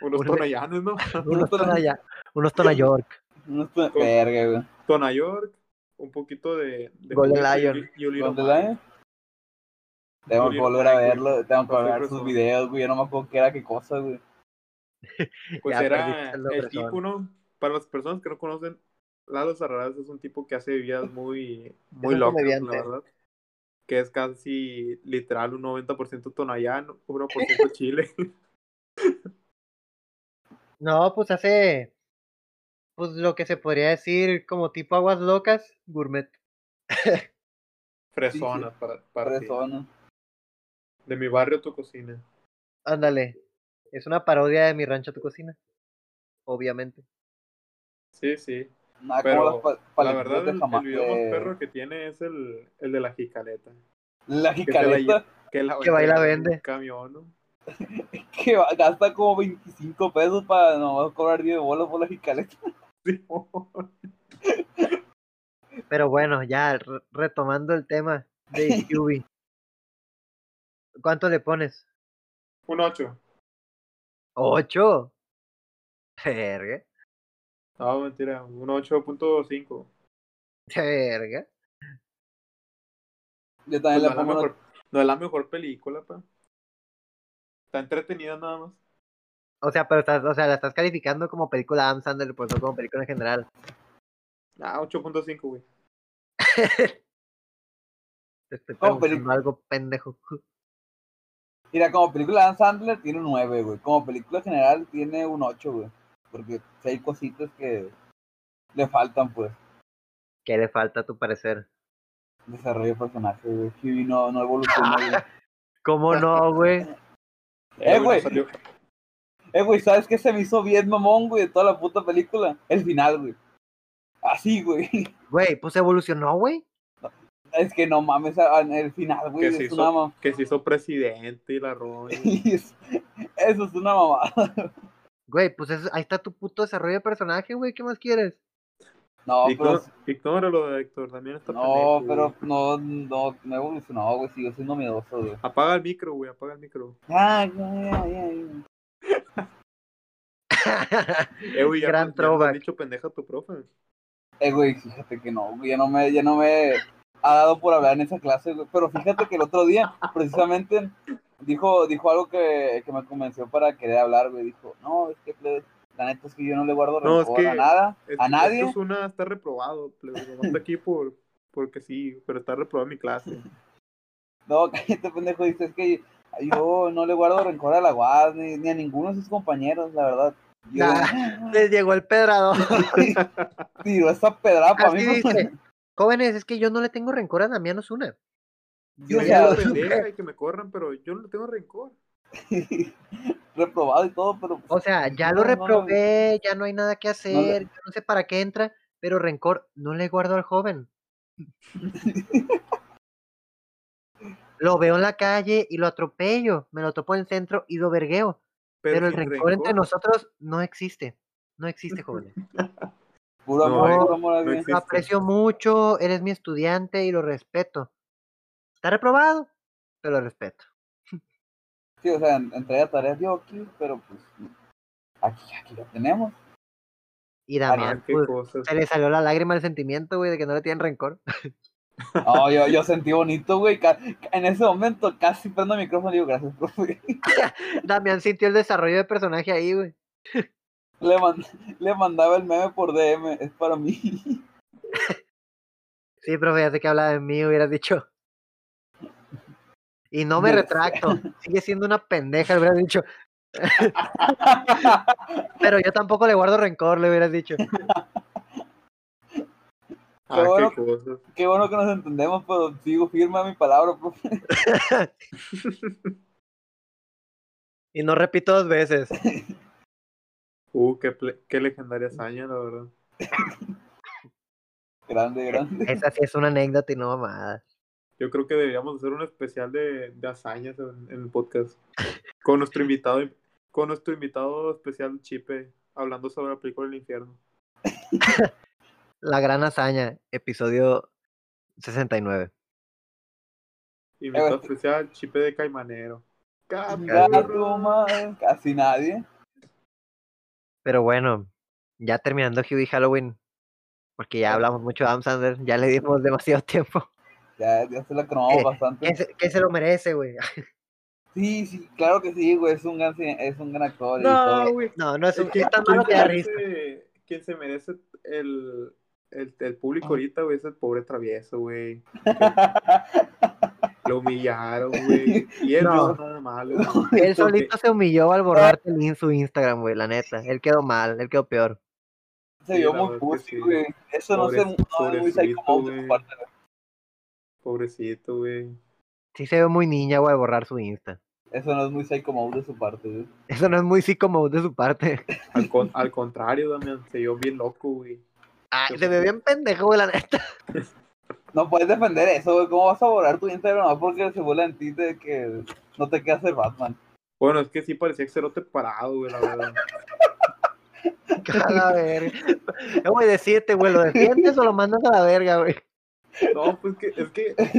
Speaker 2: Unos
Speaker 1: Un-
Speaker 2: tonayanes, ¿no?
Speaker 1: Unos Tonaya, unos Tona York.
Speaker 3: No estoy- Verga, güey.
Speaker 2: Tona York, un poquito de. de
Speaker 1: Golden
Speaker 2: juguete
Speaker 1: Lion.
Speaker 2: Y, y un little
Speaker 3: ¿Dónde
Speaker 2: Mike.
Speaker 3: la hay? Tengo que
Speaker 2: Julio
Speaker 3: volver a
Speaker 2: Mike, güey.
Speaker 3: verlo, tengo que
Speaker 2: Por
Speaker 3: ver sus
Speaker 2: supuesto.
Speaker 3: videos, güey. Yo no me acuerdo qué era, qué cosa, güey.
Speaker 2: Pues
Speaker 1: Ya
Speaker 2: era
Speaker 1: perdiste el nombre,
Speaker 2: el tipo, ¿no? Para las personas que no conocen, Lalo Sarraraz es un tipo que hace bebidas muy, muy
Speaker 1: un
Speaker 2: locas, la
Speaker 1: comediante.
Speaker 2: verdad. Que es casi literal un 90% Tonayán,
Speaker 1: [laughs]
Speaker 2: 1% Chile.
Speaker 1: No, pues hace. Pues lo que se podría decir como tipo aguas locas, gourmet.
Speaker 2: Fresonas para, para ti.
Speaker 3: Persona.
Speaker 2: De mi barrio a tu cocina.
Speaker 1: Ándale. Es una parodia de mi rancho tu cocina. Obviamente.
Speaker 2: Sí, sí.
Speaker 3: Nada
Speaker 2: Pero,
Speaker 3: como las pa-
Speaker 2: La
Speaker 3: paletitas
Speaker 2: verdad,
Speaker 3: de
Speaker 2: el,
Speaker 3: jama-
Speaker 2: el video más
Speaker 3: de-
Speaker 2: perro que tiene es el, el de la jicaleta.
Speaker 3: La
Speaker 2: Que se la
Speaker 3: jicaleta [laughs]
Speaker 2: lle- Que, la
Speaker 1: Que baila
Speaker 2: en un
Speaker 1: vende.
Speaker 2: Camión, ¿no? [laughs]
Speaker 3: que va- gasta como 25 pesos para no cobrar 10 bolas por la jicaleta. [laughs]
Speaker 2: Sí.
Speaker 1: Pero bueno, ya re- retomando el tema de Yubi. ¿Cuánto le pones?
Speaker 2: un 8.
Speaker 1: ¿Ocho? Verga. [laughs]
Speaker 2: No, mentira. Un 8.5.
Speaker 1: Verga.
Speaker 2: Pues
Speaker 3: Yo también le pongo
Speaker 2: no, es la
Speaker 3: una-
Speaker 2: mejor, no es la mejor película, pa. Está entretenida nada más.
Speaker 1: O sea, pero estás, o sea, la estás calificando como película Adam Sandler, pues no como película en general.
Speaker 2: Ah, 8.5, güey.
Speaker 1: Te estoy
Speaker 3: Como peli-
Speaker 1: preguntando algo pendejo. [laughs]
Speaker 3: Mira, como película de Dan Sandler tiene un 9, güey. Como película general tiene un 8, güey. Porque si hay cositas que le faltan, pues.
Speaker 1: ¿Qué le falta a tu parecer?
Speaker 3: desarrollo de personaje, güey. Chibi no, no evolucionó, [laughs] güey.
Speaker 1: ¿Cómo no, güey?
Speaker 3: Eh, güey.
Speaker 2: no salió.
Speaker 3: Eh, güey, ¿sabes qué se me hizo bien mamón, güey, de toda la puta película? El final, güey. Así, güey. [laughs]
Speaker 1: Güey, pues evolucionó, güey.
Speaker 3: Es que no mames, a- a- el final, güey,
Speaker 2: Que
Speaker 3: es
Speaker 2: se
Speaker 3: una mamá. [laughs]
Speaker 2: Que se hizo presidente y la roña.
Speaker 3: Eso es una mamá.
Speaker 1: Güey, pues eso- ahí está tu puto desarrollo de personaje, güey. ¿Qué más quieres?
Speaker 3: [laughs]
Speaker 1: [laughs]
Speaker 3: No, pero...
Speaker 2: Ignó- Ignóralo, Héctor. También está pendejo,
Speaker 3: No,
Speaker 2: güey.
Speaker 3: pero no, no, no evolucionó, güey, sigo siendo miedoso, güey.
Speaker 2: Apaga el micro, güey. Apaga el micro.
Speaker 3: Ah, ya, ya, ya, ya.
Speaker 2: Eh, güey, ya,
Speaker 1: Gran
Speaker 2: ya te han
Speaker 1: throwback.
Speaker 2: dicho pendeja a tu profe.
Speaker 3: Eh, güey, fíjate que no, güey, ya no me, ya no me ha dado por hablar en esa clase, güey. Pero fíjate que el otro día, precisamente, dijo, dijo algo que, que me convenció para querer hablar, güey. Dijo, no, es que plebe, la neta es que yo no le guardo
Speaker 2: No, es
Speaker 3: rencor a
Speaker 2: que-
Speaker 3: nada,
Speaker 2: Es-
Speaker 3: a nadie.
Speaker 2: esto es una, está reprobado. plebe, nomás está aquí por, porque sí, pero está reprobado mi clase.
Speaker 3: No, [laughs] cállate, pendejo, dice, es que yo no le guardo rencor a la UAS, ni, ni a ninguno de sus compañeros, la verdad. Yo [laughs]
Speaker 1: Nah, les llegó el pedrador. [laughs]
Speaker 3: tiro esa pedrada para mí.
Speaker 1: Así
Speaker 3: [laughs]
Speaker 1: dice. Jóvenes, es que yo no le tengo rencor a Damián Osuna.
Speaker 3: Sí,
Speaker 2: Yo
Speaker 3: o sea, [laughs]
Speaker 2: digo pendeja y que me corran, pero yo no le tengo rencor.
Speaker 3: reprobado y todo, pero
Speaker 1: O
Speaker 3: pues,
Speaker 1: sea, ya lo
Speaker 3: No, no, no.
Speaker 1: reprobé, ya no hay nada que hacer,
Speaker 3: le-
Speaker 1: yo no sé para qué entra, pero rencor no le guardo al joven. lo veo en la calle y lo atropello, me lo topo en el centro y lo vergueo, pero, el
Speaker 2: sin
Speaker 1: rencor, entre nosotros no existe. No existe, jóvenes.
Speaker 3: puro
Speaker 2: No, eh,
Speaker 3: amor,
Speaker 1: no,
Speaker 3: puro amor a
Speaker 2: no
Speaker 3: Dios.
Speaker 2: existe.
Speaker 1: Lo aprecio mucho, eres mi estudiante y lo respeto. Está reprobado, pero lo respeto.
Speaker 3: Sí, o sea, en- entrega tareas yo aquí, pero pues aquí, aquí lo tenemos.
Speaker 1: Y
Speaker 2: Ah,
Speaker 1: Damián,
Speaker 2: qué
Speaker 1: pues,
Speaker 2: cosas.
Speaker 1: se le salió la lágrima del sentimiento, güey, de que no le tienen rencor. [laughs]
Speaker 3: No, yo, yo sentí bonito, güey. ca- ca- En ese momento casi prendo el micrófono y digo, gracias, profe.
Speaker 1: Damián sintió el desarrollo de personaje ahí, güey.
Speaker 3: [laughs] Le, man- le mandaba el meme por DM, es para mí. [laughs]
Speaker 1: Sí, profe, ya sé que hablaba de mí, hubieras dicho. Y no me
Speaker 3: No
Speaker 1: [laughs]
Speaker 3: sé.
Speaker 1: retracto. Sigue siendo una pendeja, hubieras dicho. [laughs] Pero yo tampoco le guardo rencor, le hubieras dicho.
Speaker 2: Ah, qué
Speaker 3: bueno.
Speaker 2: cosas.
Speaker 3: Qué bueno que nos entendemos, pero sigo firme a mi palabra, profe.
Speaker 1: Y no repito dos veces.
Speaker 2: Uh, qué, ple- qué legendaria hazaña, la verdad.
Speaker 3: Grande, grande.
Speaker 1: Esa sí es una anécdota y no mamada.
Speaker 2: Yo creo que deberíamos hacer un especial de, de hazañas en, en el podcast. Con nuestro invitado, con nuestro invitado especial Chipe, hablando sobre la película del infierno.
Speaker 1: La gran hazaña, episodio 69.
Speaker 2: Invitado
Speaker 3: Eh,
Speaker 2: especial Chipe de Caimanero. Ah, pues.
Speaker 3: Gato, madre, Casi nadie.
Speaker 1: Pero bueno, ya terminando Huey Halloween, porque ya hablamos mucho de Adam Sandler, ya le dimos demasiado [laughs] tiempo.
Speaker 3: Ya, ya se la cromamos
Speaker 1: Eh,
Speaker 3: bastante.
Speaker 1: ¿Qué se, qué se lo merece, güey?
Speaker 3: Sí, sí, claro que sí, güey. Es un gran, ci- es un gran actor. y todo.
Speaker 2: güey.
Speaker 1: No, no es, un,
Speaker 2: ¿Quién,
Speaker 1: es tan malo
Speaker 2: se
Speaker 1: que da risa.
Speaker 2: merece, quién se merece el, el, el
Speaker 1: Ah.
Speaker 2: público ahorita, güey? Es el pobre
Speaker 1: [laughs]
Speaker 2: travieso, güey. Lo humillaron, güey. Y él
Speaker 1: No.
Speaker 2: no, es nada malo.
Speaker 1: [laughs]
Speaker 2: güey.
Speaker 1: Él solito se humilló al borrarte el in- su Instagram, güey, la neta. Él quedó mal, él quedó peor.
Speaker 3: Se
Speaker 2: Sí,
Speaker 3: vio
Speaker 2: la
Speaker 3: muy
Speaker 2: verdad que
Speaker 3: cursi,
Speaker 2: sí.
Speaker 3: güey. Eso no se
Speaker 2: Pobre-
Speaker 3: no es muy
Speaker 2: pobrecito,
Speaker 3: psycho de su
Speaker 2: güey.
Speaker 3: parte, güey.
Speaker 2: Pobrecito, güey.
Speaker 1: Sí se ve muy niña, güey, borrar su Insta. [laughs]
Speaker 3: Eso no es muy psycho mode de su parte, güey.
Speaker 1: Eso no es muy psicomood de su parte.
Speaker 2: Al, con- al contrario, Damián, se vio bien loco, güey.
Speaker 1: Ay, se ve bien pendejo, güey, la neta.
Speaker 3: No puedes defender eso, güey. ¿Cómo vas a borrar tu Instagram nomás porque se burla en ti de que no te quedas el Batman? [laughs]
Speaker 2: Bueno, es que sí parecía excelote parado, güey, la verdad.
Speaker 1: A la verga. Eh, Güey, decídete, güey, ¿lo defiendes o lo mandas a la verga, güey?
Speaker 2: No, pues que, es que, es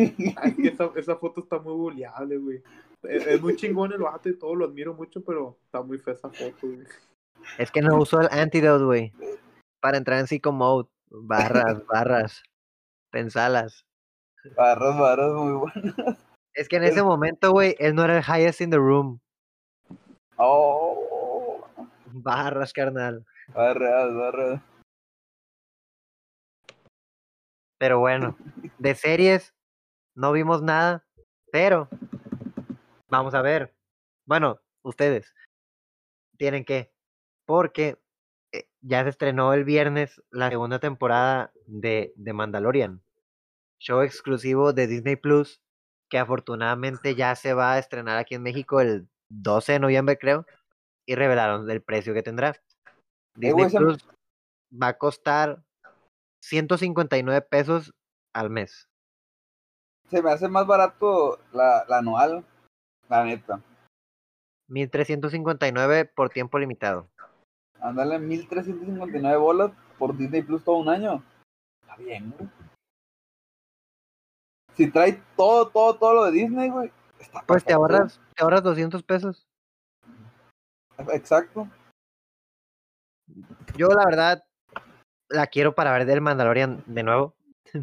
Speaker 2: que esa, esa foto está muy boleable, güey. Es, es muy chingón el vato y todo, lo admiro mucho, pero está muy fea esa foto, güey.
Speaker 1: Es que no usó el antidote, güey. Para entrar en psicomood. Barras, barras. Pensalas.
Speaker 3: Barras, barras, muy bueno.
Speaker 1: Es que en ese momento, güey, él no era el highest in the room.
Speaker 3: Oh,
Speaker 1: Barras, carnal.
Speaker 3: barras, barras.
Speaker 1: Pero bueno, de series no vimos nada, pero vamos a ver. Bueno, ustedes tienen que, porque eh, ya se estrenó el viernes la segunda temporada de, de Mandalorian. show exclusivo de Disney Plus, que afortunadamente ya se va a estrenar aquí en México el 12 de noviembre, creo, y revelaron el precio que tendrá. Disney
Speaker 3: güey, esa-
Speaker 1: Plus va a costar 159 pesos al mes.
Speaker 3: Se me hace más barato la, la anual, la neta.
Speaker 1: 1359 por tiempo limitado.
Speaker 3: Andarle 1359 bolas por Disney Plus todo un año. Está bien, güey. Si trae todo, todo, todo lo de Disney, güey. Está
Speaker 1: Pues te
Speaker 3: perfecto.
Speaker 1: ahorras, te ahorras 200 pesos.
Speaker 3: Exacto.
Speaker 1: Yo la verdad la quiero para ver del Mandalorian de nuevo. [laughs]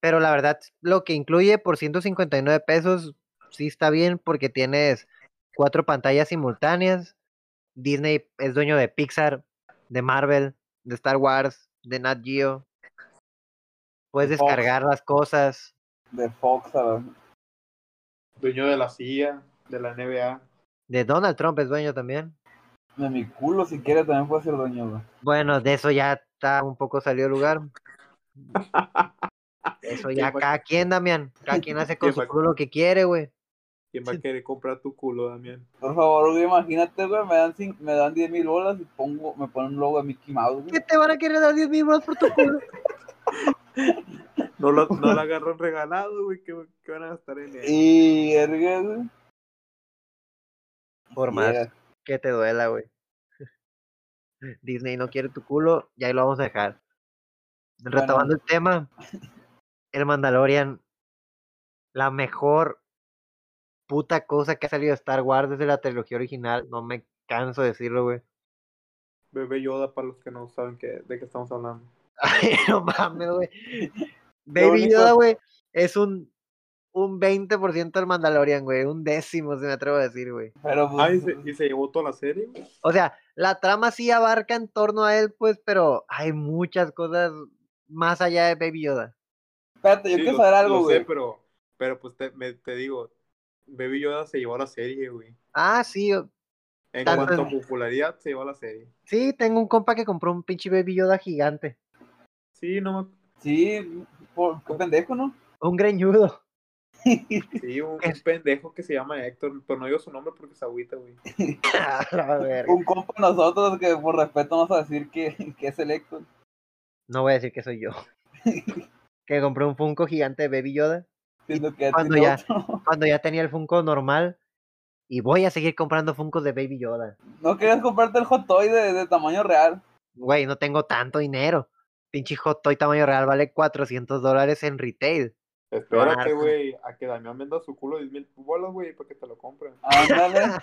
Speaker 1: Pero la verdad, lo que incluye por 159 pesos sí está bien porque tienes cuatro pantallas simultáneas. Disney es dueño de Pixar, de Marvel, de Star Wars, de Nat Geo. Puedes
Speaker 3: De Fox.
Speaker 1: descargar las cosas.
Speaker 3: De Fox a la-
Speaker 2: Dueño de la CIA, de la NBA.
Speaker 1: De Donald Trump es dueño también.
Speaker 3: de mi culo, si quiere, también puede ser dueño, güey.
Speaker 1: Bueno, de eso ya está un poco salido de lugar. Eso
Speaker 2: ¿Quién
Speaker 1: ya,
Speaker 2: va a-
Speaker 1: cada quien, Damián. Cada quien hace con
Speaker 2: ¿Quién
Speaker 1: su
Speaker 2: va a-
Speaker 1: culo lo que quiere, güey.
Speaker 2: ¿Quién va a querer comprar tu culo, Damián?
Speaker 3: Por favor, güey, imagínate, güey, me dan, cin- me dan 10 mil bolas y pongo, me ponen un logo de Mickey Mouse,
Speaker 1: ¿Qué
Speaker 3: güey.
Speaker 1: te van a querer dar 10 mil más por tu culo?
Speaker 2: No lo, no lo agarran regalado, güey. ¿Qué, qué van a gastar en él?
Speaker 3: Y, erga, güey.
Speaker 1: [laughs] Por más
Speaker 3: Yeah.
Speaker 1: que te duela, güey. [laughs] Disney no quiere tu culo y ahí lo vamos a dejar. Retomando el tema, el Mandalorian, la mejor puta cosa que ha salido de Star Wars desde la trilogía original, no me canso de decirlo, güey.
Speaker 2: Bebé Yoda, para los que no saben qué- de qué estamos hablando.
Speaker 1: Ay, [laughs] no mames, güey. Baby
Speaker 3: único-
Speaker 1: Yoda, güey, es un, un 20% del Mandalorian, güey. Un décimo, se me atrevo a decir, güey.
Speaker 3: Pero, pues,
Speaker 2: Ah, y se, y se llevó toda la serie, güey.
Speaker 1: O sea, la trama sí abarca en torno a él, pues, pero hay muchas cosas más allá de Baby Yoda.
Speaker 3: espérate, yo
Speaker 2: Sí,
Speaker 3: quiero
Speaker 2: lo-
Speaker 3: saber algo,
Speaker 2: lo sé,
Speaker 3: güey.
Speaker 2: pero, pero pues te, me- te digo, Baby Yoda se llevó la serie, güey.
Speaker 1: Ah, sí. o-
Speaker 2: En
Speaker 1: Tanto
Speaker 2: cuanto a
Speaker 1: en-
Speaker 2: popularidad, se llevó la serie.
Speaker 1: Sí, tengo un compa que compró un pinche Baby Yoda gigante.
Speaker 2: Sí, no me-
Speaker 3: Sí, por, qué pendejo, ¿no?
Speaker 1: Un greñudo. [laughs]
Speaker 2: sí, un,
Speaker 1: ¿Qué?
Speaker 2: un pendejo que se llama Héctor, pero no digo su nombre porque se agüita, güey.
Speaker 1: A Ah, la verga.
Speaker 3: Un compa de nosotros que por respeto vamos a decir que, que es electo.
Speaker 1: No voy a decir que soy yo. que compró un Funko gigante de Baby Yoda.
Speaker 3: Siendo que
Speaker 1: cuando
Speaker 3: tiene
Speaker 1: ya?
Speaker 3: otro. [laughs]
Speaker 1: Cuando ya tenía el Funko normal. Y voy a seguir comprando Funkos de Baby Yoda.
Speaker 3: No querías comprarte el hot toy de, de tamaño real.
Speaker 1: Güey, no tengo tanto dinero. Pinche hot toy tamaño real vale 400 dólares en retail.
Speaker 2: Espérate,
Speaker 1: Marco.
Speaker 2: güey, a que Damián venda su culo 10 mil bolas, güey, para que te lo compren.
Speaker 3: Ándale.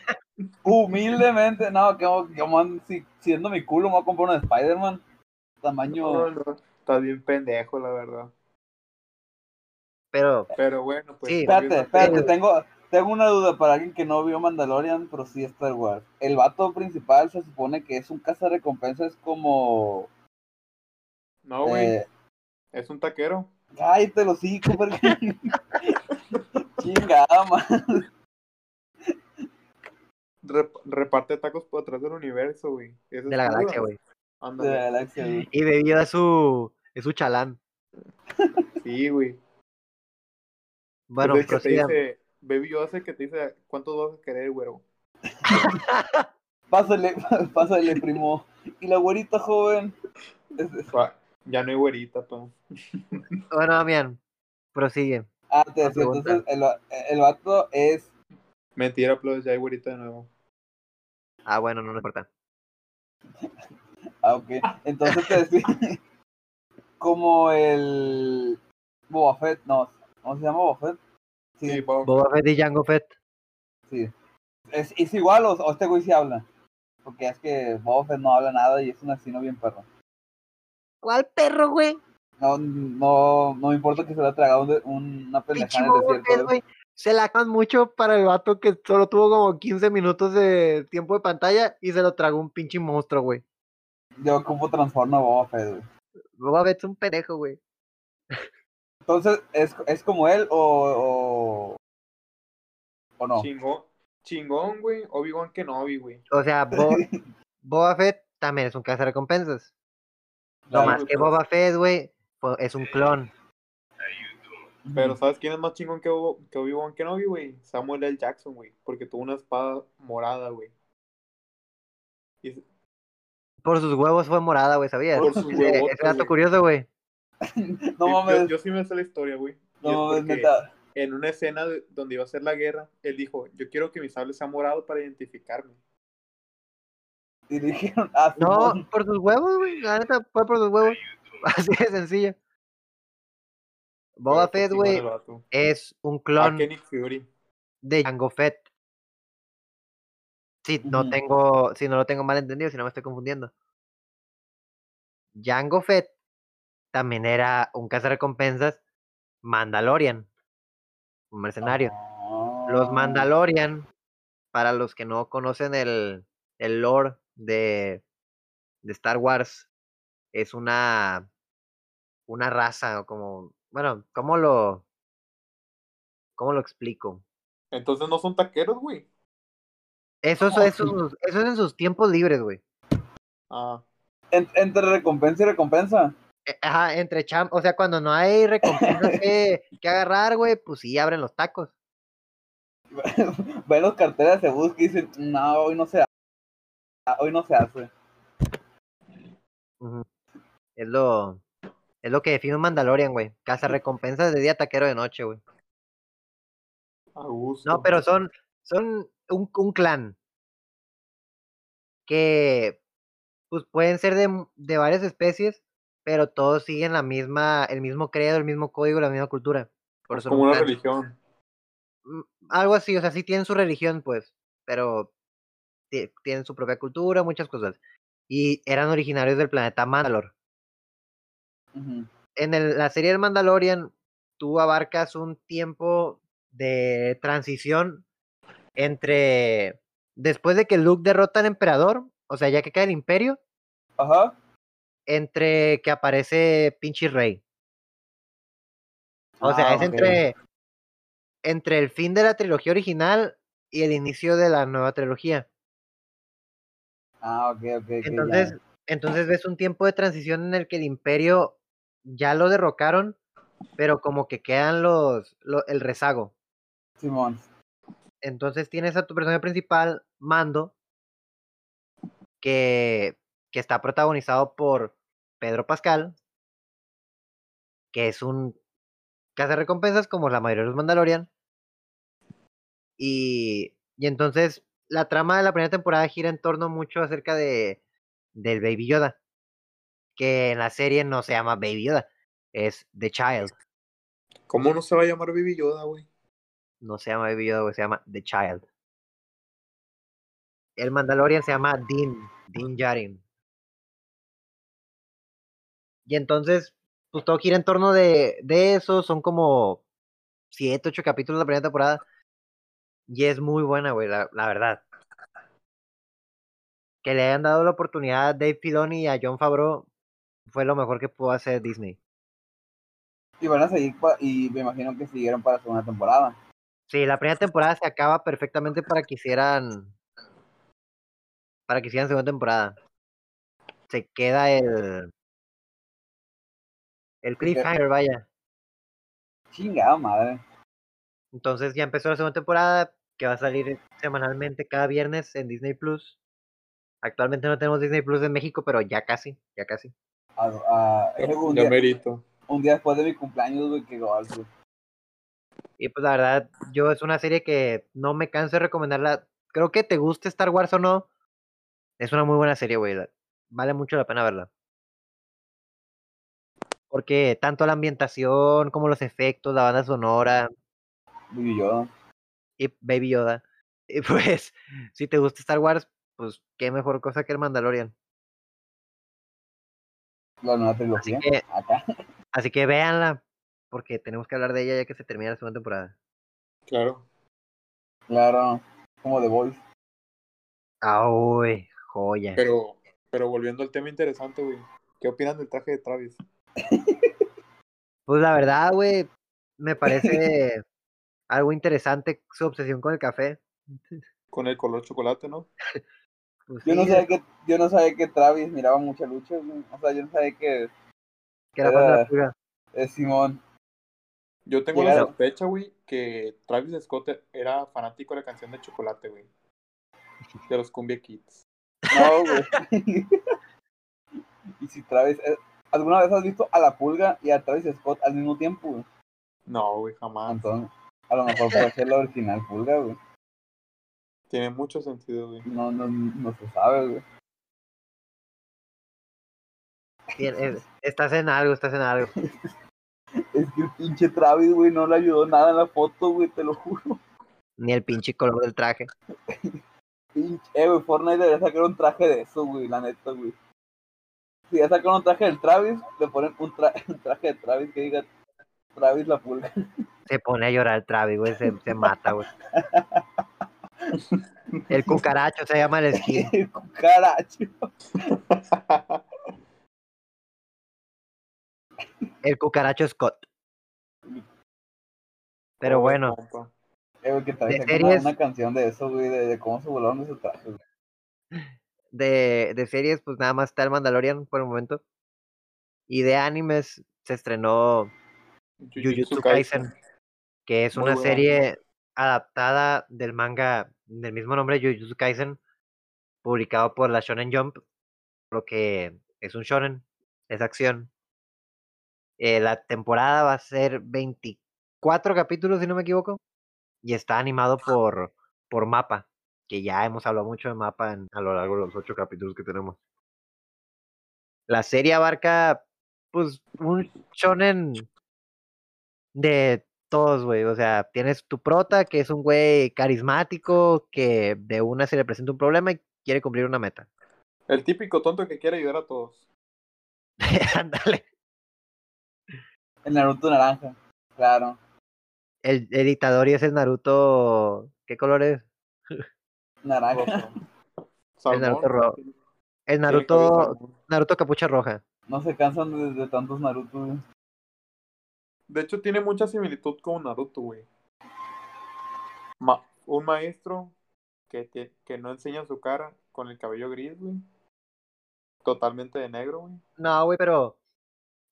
Speaker 3: Humildemente. No, que que man, si, siendo mi culo me voy a comprar uno de Spider-Man.
Speaker 2: No,
Speaker 3: Tamaño.
Speaker 2: no, estás bien pendejo, la verdad.
Speaker 1: Pero
Speaker 2: Pero bueno, pues.
Speaker 1: Sí.
Speaker 2: volviendo
Speaker 3: Espérate,
Speaker 2: al
Speaker 3: espérate,
Speaker 2: tema,
Speaker 3: tengo, tengo una duda para alguien que no vio Mandalorian, pero sí Star Wars. El vato principal se supone que es un cazarrecompensas es como...
Speaker 2: No, güey,
Speaker 3: eh,
Speaker 2: es un taquero.
Speaker 3: Ay, te lo sigo, porque... [laughs] Chingada, man.
Speaker 2: Rep- reparte tacos por atrás del universo, güey. Ese
Speaker 1: de
Speaker 2: es
Speaker 1: la
Speaker 2: Yoda.
Speaker 1: galaxia, güey.
Speaker 3: De
Speaker 2: Ándale.
Speaker 3: la galaxia, güey.
Speaker 1: Y Baby Yoda es su, es su chalán.
Speaker 2: Sí, güey.
Speaker 1: Bueno,
Speaker 2: es el que te
Speaker 1: prosigan.
Speaker 2: dice, Baby Yoda es el que te dice, ¿cuántos vas a querer, güero?
Speaker 3: Pásale, [laughs] pásale, primo. Y la güerita joven. Es- es-
Speaker 2: Pa- Ya no hay güerita, pa.
Speaker 1: Bueno, Damián, prosigue.
Speaker 3: Ah, te decía,
Speaker 1: pregunta.
Speaker 3: entonces el, va- el vato es.
Speaker 2: Mentira, plus, ya hay güerita de nuevo.
Speaker 1: Ah, bueno, no, no
Speaker 2: [laughs]
Speaker 1: importa.
Speaker 3: Ah, ok. Entonces te decía. [laughs] Como el. Boba Fett, no. ¿Cómo se llama Boba Fett? Sí.
Speaker 2: Sí, pa.
Speaker 1: Boba Fett y Jango Fett.
Speaker 3: ¿Es, es igual o, o este güey sí habla? Porque es que Boba Fett no habla nada y es un asesino bien perro.
Speaker 1: ¿Cuál perro, güey?
Speaker 3: No, no, no me importa que se le ha tragado un de- un- una
Speaker 1: Pinche
Speaker 3: pendejada en el
Speaker 1: Boba
Speaker 3: desierto.
Speaker 1: Fett,
Speaker 3: güey.
Speaker 2: ¿eh?
Speaker 1: güey. Se la acaban mucho para el vato que solo tuvo como 15 minutos de tiempo de pantalla y se lo tragó un pinche monstruo, güey.
Speaker 3: Yo ocupo transforma a Boba Fett, güey.
Speaker 1: Boba Fett es un pendejo, güey.
Speaker 3: Entonces, ¿es, es como él o, o, o no?
Speaker 2: Chingón, chingón, güey. Obi-Wan Kenobi, güey.
Speaker 1: O sea,
Speaker 2: [laughs]
Speaker 1: Bo- Boba Fett también es un cazarrecompensas.
Speaker 3: Claro,
Speaker 1: Lo más
Speaker 2: güey,
Speaker 1: que
Speaker 2: pero-
Speaker 1: Boba Fett, güey, fue- es un clon.
Speaker 2: Pero ¿sabes quién es más chingón que, Obi- que Obi-Wan Kenobi, güey? Samuel L. Jackson, güey. Porque tuvo una espada morada, güey. Y-
Speaker 1: Por sus huevos fue morada, güey, ¿sabías?
Speaker 2: Por sus
Speaker 1: [laughs] Ese-
Speaker 2: huevotes,
Speaker 1: Ese dato
Speaker 2: güey.
Speaker 1: curioso, güey.
Speaker 3: No
Speaker 2: yo- yo,
Speaker 3: mames,
Speaker 2: yo sí me sé la historia, güey. Y es
Speaker 3: no mames,
Speaker 2: porque
Speaker 3: neta.
Speaker 2: En una escena de- donde iba a ser la guerra, él dijo, yo quiero que mi sable sea morado para identificarme.
Speaker 3: Y le dijeron, ah,
Speaker 1: No,
Speaker 3: Simón.
Speaker 1: por sus huevos, güey. La neta, fue por sus huevos. [laughs] Así de sencillo. Boba
Speaker 2: Pero, pues,
Speaker 1: Fett, güey,
Speaker 2: sí, bueno, el vato.
Speaker 1: es un
Speaker 2: A
Speaker 1: clon
Speaker 2: Kenny Fury.
Speaker 1: de Jango Fett. Si no
Speaker 3: Ujú.
Speaker 1: tengo, si no lo tengo mal entendido, si no me estoy confundiendo. Jango Fett también era un cazarrecompensas Mandalorian. Un mercenario. Los
Speaker 3: Ah.
Speaker 1: Mandalorian, para los que no conocen el, el lore de, de Star Wars, es una, una raza, o como, bueno, ¿cómo lo, cómo lo explico?
Speaker 2: Entonces no son taqueros, güey.
Speaker 1: Eso, es-
Speaker 3: ¿Cómo
Speaker 1: eso es sus- eso es en sus tiempos libres, güey.
Speaker 2: Ah,
Speaker 3: En- entre recompensa y recompensa.
Speaker 1: Eh, Ajá, entre champ, o sea, cuando no hay recompensas que, que agarrar, güey, pues sí abren los tacos.
Speaker 3: Ven los carteras, se busca y dicen, no, hoy no se hace. Ah, Hoy no se hace.
Speaker 1: Ujú. Es lo, es lo que define un Mandalorian, güey. Caza recompensas de día, taquero de noche, güey.
Speaker 2: a gusto.
Speaker 1: No, pero son, son un, un clan que pues pueden ser de, mu- de varias especies, pero todos siguen la misma, el mismo credo, el mismo código, la misma cultura. Por
Speaker 2: es
Speaker 1: eso
Speaker 2: como
Speaker 1: un
Speaker 2: una
Speaker 1: clan.
Speaker 2: religión.
Speaker 1: Mm, Algo así, o sea, sí tienen su religión, pues, pero ti- tienen su propia cultura, muchas cosas. Y eran originarios del planeta Mandalor.
Speaker 3: Ujú.
Speaker 1: En el- la serie del Mandalorian, tú abarcas un tiempo de transición entre después de que Luke derrota al emperador, o sea, ya que cae el imperio,
Speaker 3: Ajá.
Speaker 1: entre que aparece pinche rey. O sea,
Speaker 3: Ah,
Speaker 1: es
Speaker 3: ok.
Speaker 1: entre, entre el fin de la trilogía original y el inicio de la nueva trilogía.
Speaker 3: Ah, ok, ok. ok, ya.
Speaker 1: Entonces, entonces ves un tiempo de transición en el que el imperio ya lo derrocaron, pero como que quedan los, lo- el rezago.
Speaker 3: Simón.
Speaker 1: Entonces tienes a tu personaje principal, Mando, que, que está protagonizado por Pedro Pascal, que es un recompensas como la mayoría de los Mandalorian. Y, y entonces la trama de la primera temporada gira en torno mucho acerca de del Baby Yoda, que en la serie no se llama Baby Yoda, es The Child,
Speaker 2: ¿Cómo no se va a llamar Baby Yoda, güey?
Speaker 1: no se llama Baby Yoda, güey, se llama The Child. El Mandalorian se llama Din, Din Djarin. Y entonces, pues todo gira en torno de, de eso. Son como siete, ocho capítulos de la primera temporada. Y es muy buena, güey, la, la verdad. Que le hayan dado la oportunidad a Dave Filoni y a John Favreau fue lo mejor que pudo hacer Disney.
Speaker 3: Y van a seguir, pa- y me imagino que siguieron para segunda temporada.
Speaker 1: Sí, la primera temporada se acaba perfectamente para que hicieran. Para que hicieran segunda temporada. Se queda el. El cliffhanger, vaya.
Speaker 3: Chingada madre.
Speaker 1: Entonces ya empezó la segunda temporada, que va a salir semanalmente cada viernes en Disney Plus. Actualmente no tenemos Disney Plus en México, pero ya casi, ya casi.
Speaker 3: A- a- es un,
Speaker 2: Pues, Ya
Speaker 3: día,
Speaker 2: merito.
Speaker 3: un día después de mi cumpleaños, güey, que pues, gol, güey.
Speaker 1: Y pues la verdad, yo es una serie que no me canso de recomendarla. Creo que te guste Star Wars o no. Es una muy buena serie, güey. la- Vale mucho la pena verla. Porque tanto la ambientación como los efectos, la banda sonora
Speaker 3: Baby Yoda.
Speaker 1: y Baby Yoda. [laughs] Y pues, si te gusta Star Wars, pues qué mejor cosa que el Mandalorian.
Speaker 3: La nueva
Speaker 1: Así
Speaker 3: trilogía.
Speaker 1: que,
Speaker 3: Acá. [laughs]
Speaker 1: así que véanla. Porque tenemos que hablar de ella ya que se termina la segunda temporada.
Speaker 2: Claro.
Speaker 3: Claro. Como The Voice.
Speaker 1: Ah, uy, joya.
Speaker 2: Pero, pero volviendo al tema interesante, güey. ¿Qué opinan del traje de Travis?
Speaker 1: Pues la verdad, güey,
Speaker 3: [laughs]
Speaker 1: me parece algo interesante su obsesión con el café.
Speaker 2: Con el color chocolate, ¿no?
Speaker 1: Pues
Speaker 3: Yo no
Speaker 1: sí,
Speaker 3: sabía que, yo no sabía que Travis miraba mucha lucha, güey. O sea, yo no sabía que
Speaker 1: que era fan de la
Speaker 3: eh,
Speaker 1: pura.
Speaker 3: eh, Simón.
Speaker 2: Yo tengo la
Speaker 3: Claro.
Speaker 2: sospecha, güey, que Travis Scott era fanático de la canción de Chocolate, güey. De los Cumbia Kids.
Speaker 3: No, güey. y si Travis. eh, ¿Alguna vez has visto a la pulga y a Travis Scott al mismo tiempo? güey?
Speaker 2: No, güey, jamás.
Speaker 3: Entonces, a lo mejor puede ser la original pulga, güey.
Speaker 2: Tiene mucho
Speaker 1: [laughs]
Speaker 2: sentido, güey.
Speaker 3: No, no, no se sabe, güey.
Speaker 1: Bien,
Speaker 3: [laughs]
Speaker 1: eh, Estás en algo, estás en algo.
Speaker 3: Es que el pinche Travis, güey, no le ayudó nada en la foto, güey, te lo juro. [laughs]
Speaker 1: Ni el pinche color del traje.
Speaker 3: Pinche, eh, güey, Fortnite debería sacar un traje de eso, güey, la neta, güey. Si ya sacan un traje del Travis, le ponen un, tra- [laughs] un traje de Travis que diga Travis la pulga.
Speaker 1: Se pone a llorar Travis, güey. Se, se mata, güey. El cucaracho se llama el skin.
Speaker 3: [laughs] Cucaracho.
Speaker 1: El cucaracho Scott. Pero
Speaker 2: Oh,
Speaker 1: bueno,
Speaker 2: compa.
Speaker 3: Eh, güey, que Travis
Speaker 1: De
Speaker 3: saque una,
Speaker 1: series.
Speaker 3: una canción de eso, güey, de, de cómo se volaron de su traje, güey.
Speaker 1: de, de series, pues nada más está el Mandalorian por el momento. Y de animes se estrenó Jujutsu Kaisen, que es
Speaker 2: Muy
Speaker 1: una
Speaker 2: buena.
Speaker 1: serie adaptada del manga del mismo nombre, Jujutsu Kaisen, publicado por la Shonen Jump, lo que es un shonen, es acción. Eh, la temporada va a ser 24 capítulos, si no me equivoco, y está animado por, por Mapa, que ya hemos hablado mucho de Mapa a lo largo de los ocho capítulos que tenemos. La serie abarca, pues, un shonen de todos, güey. O sea, tienes tu prota, que es un güey carismático, que de una se le presenta un problema y quiere cumplir una meta. [laughs]
Speaker 2: El típico tonto que quiere ayudar a todos.
Speaker 1: Ándale.
Speaker 3: El Naruto naranja, claro.
Speaker 1: El, el dictador y ese Naruto. ¿Qué color es?
Speaker 3: Naranja.
Speaker 1: [laughs] El Naruto rojo.
Speaker 2: Tiene- tiene
Speaker 1: El
Speaker 2: cabello
Speaker 1: Naruto.
Speaker 2: salmón.
Speaker 1: Naruto capucha roja.
Speaker 3: No se cansan de, de tantos Naruto, güey.
Speaker 2: De hecho, tiene mucha similitud con Naruto, güey. Ma- un maestro que, te- que no enseña su cara con el cabello gris, güey. Totalmente de negro, güey.
Speaker 1: No, güey, pero.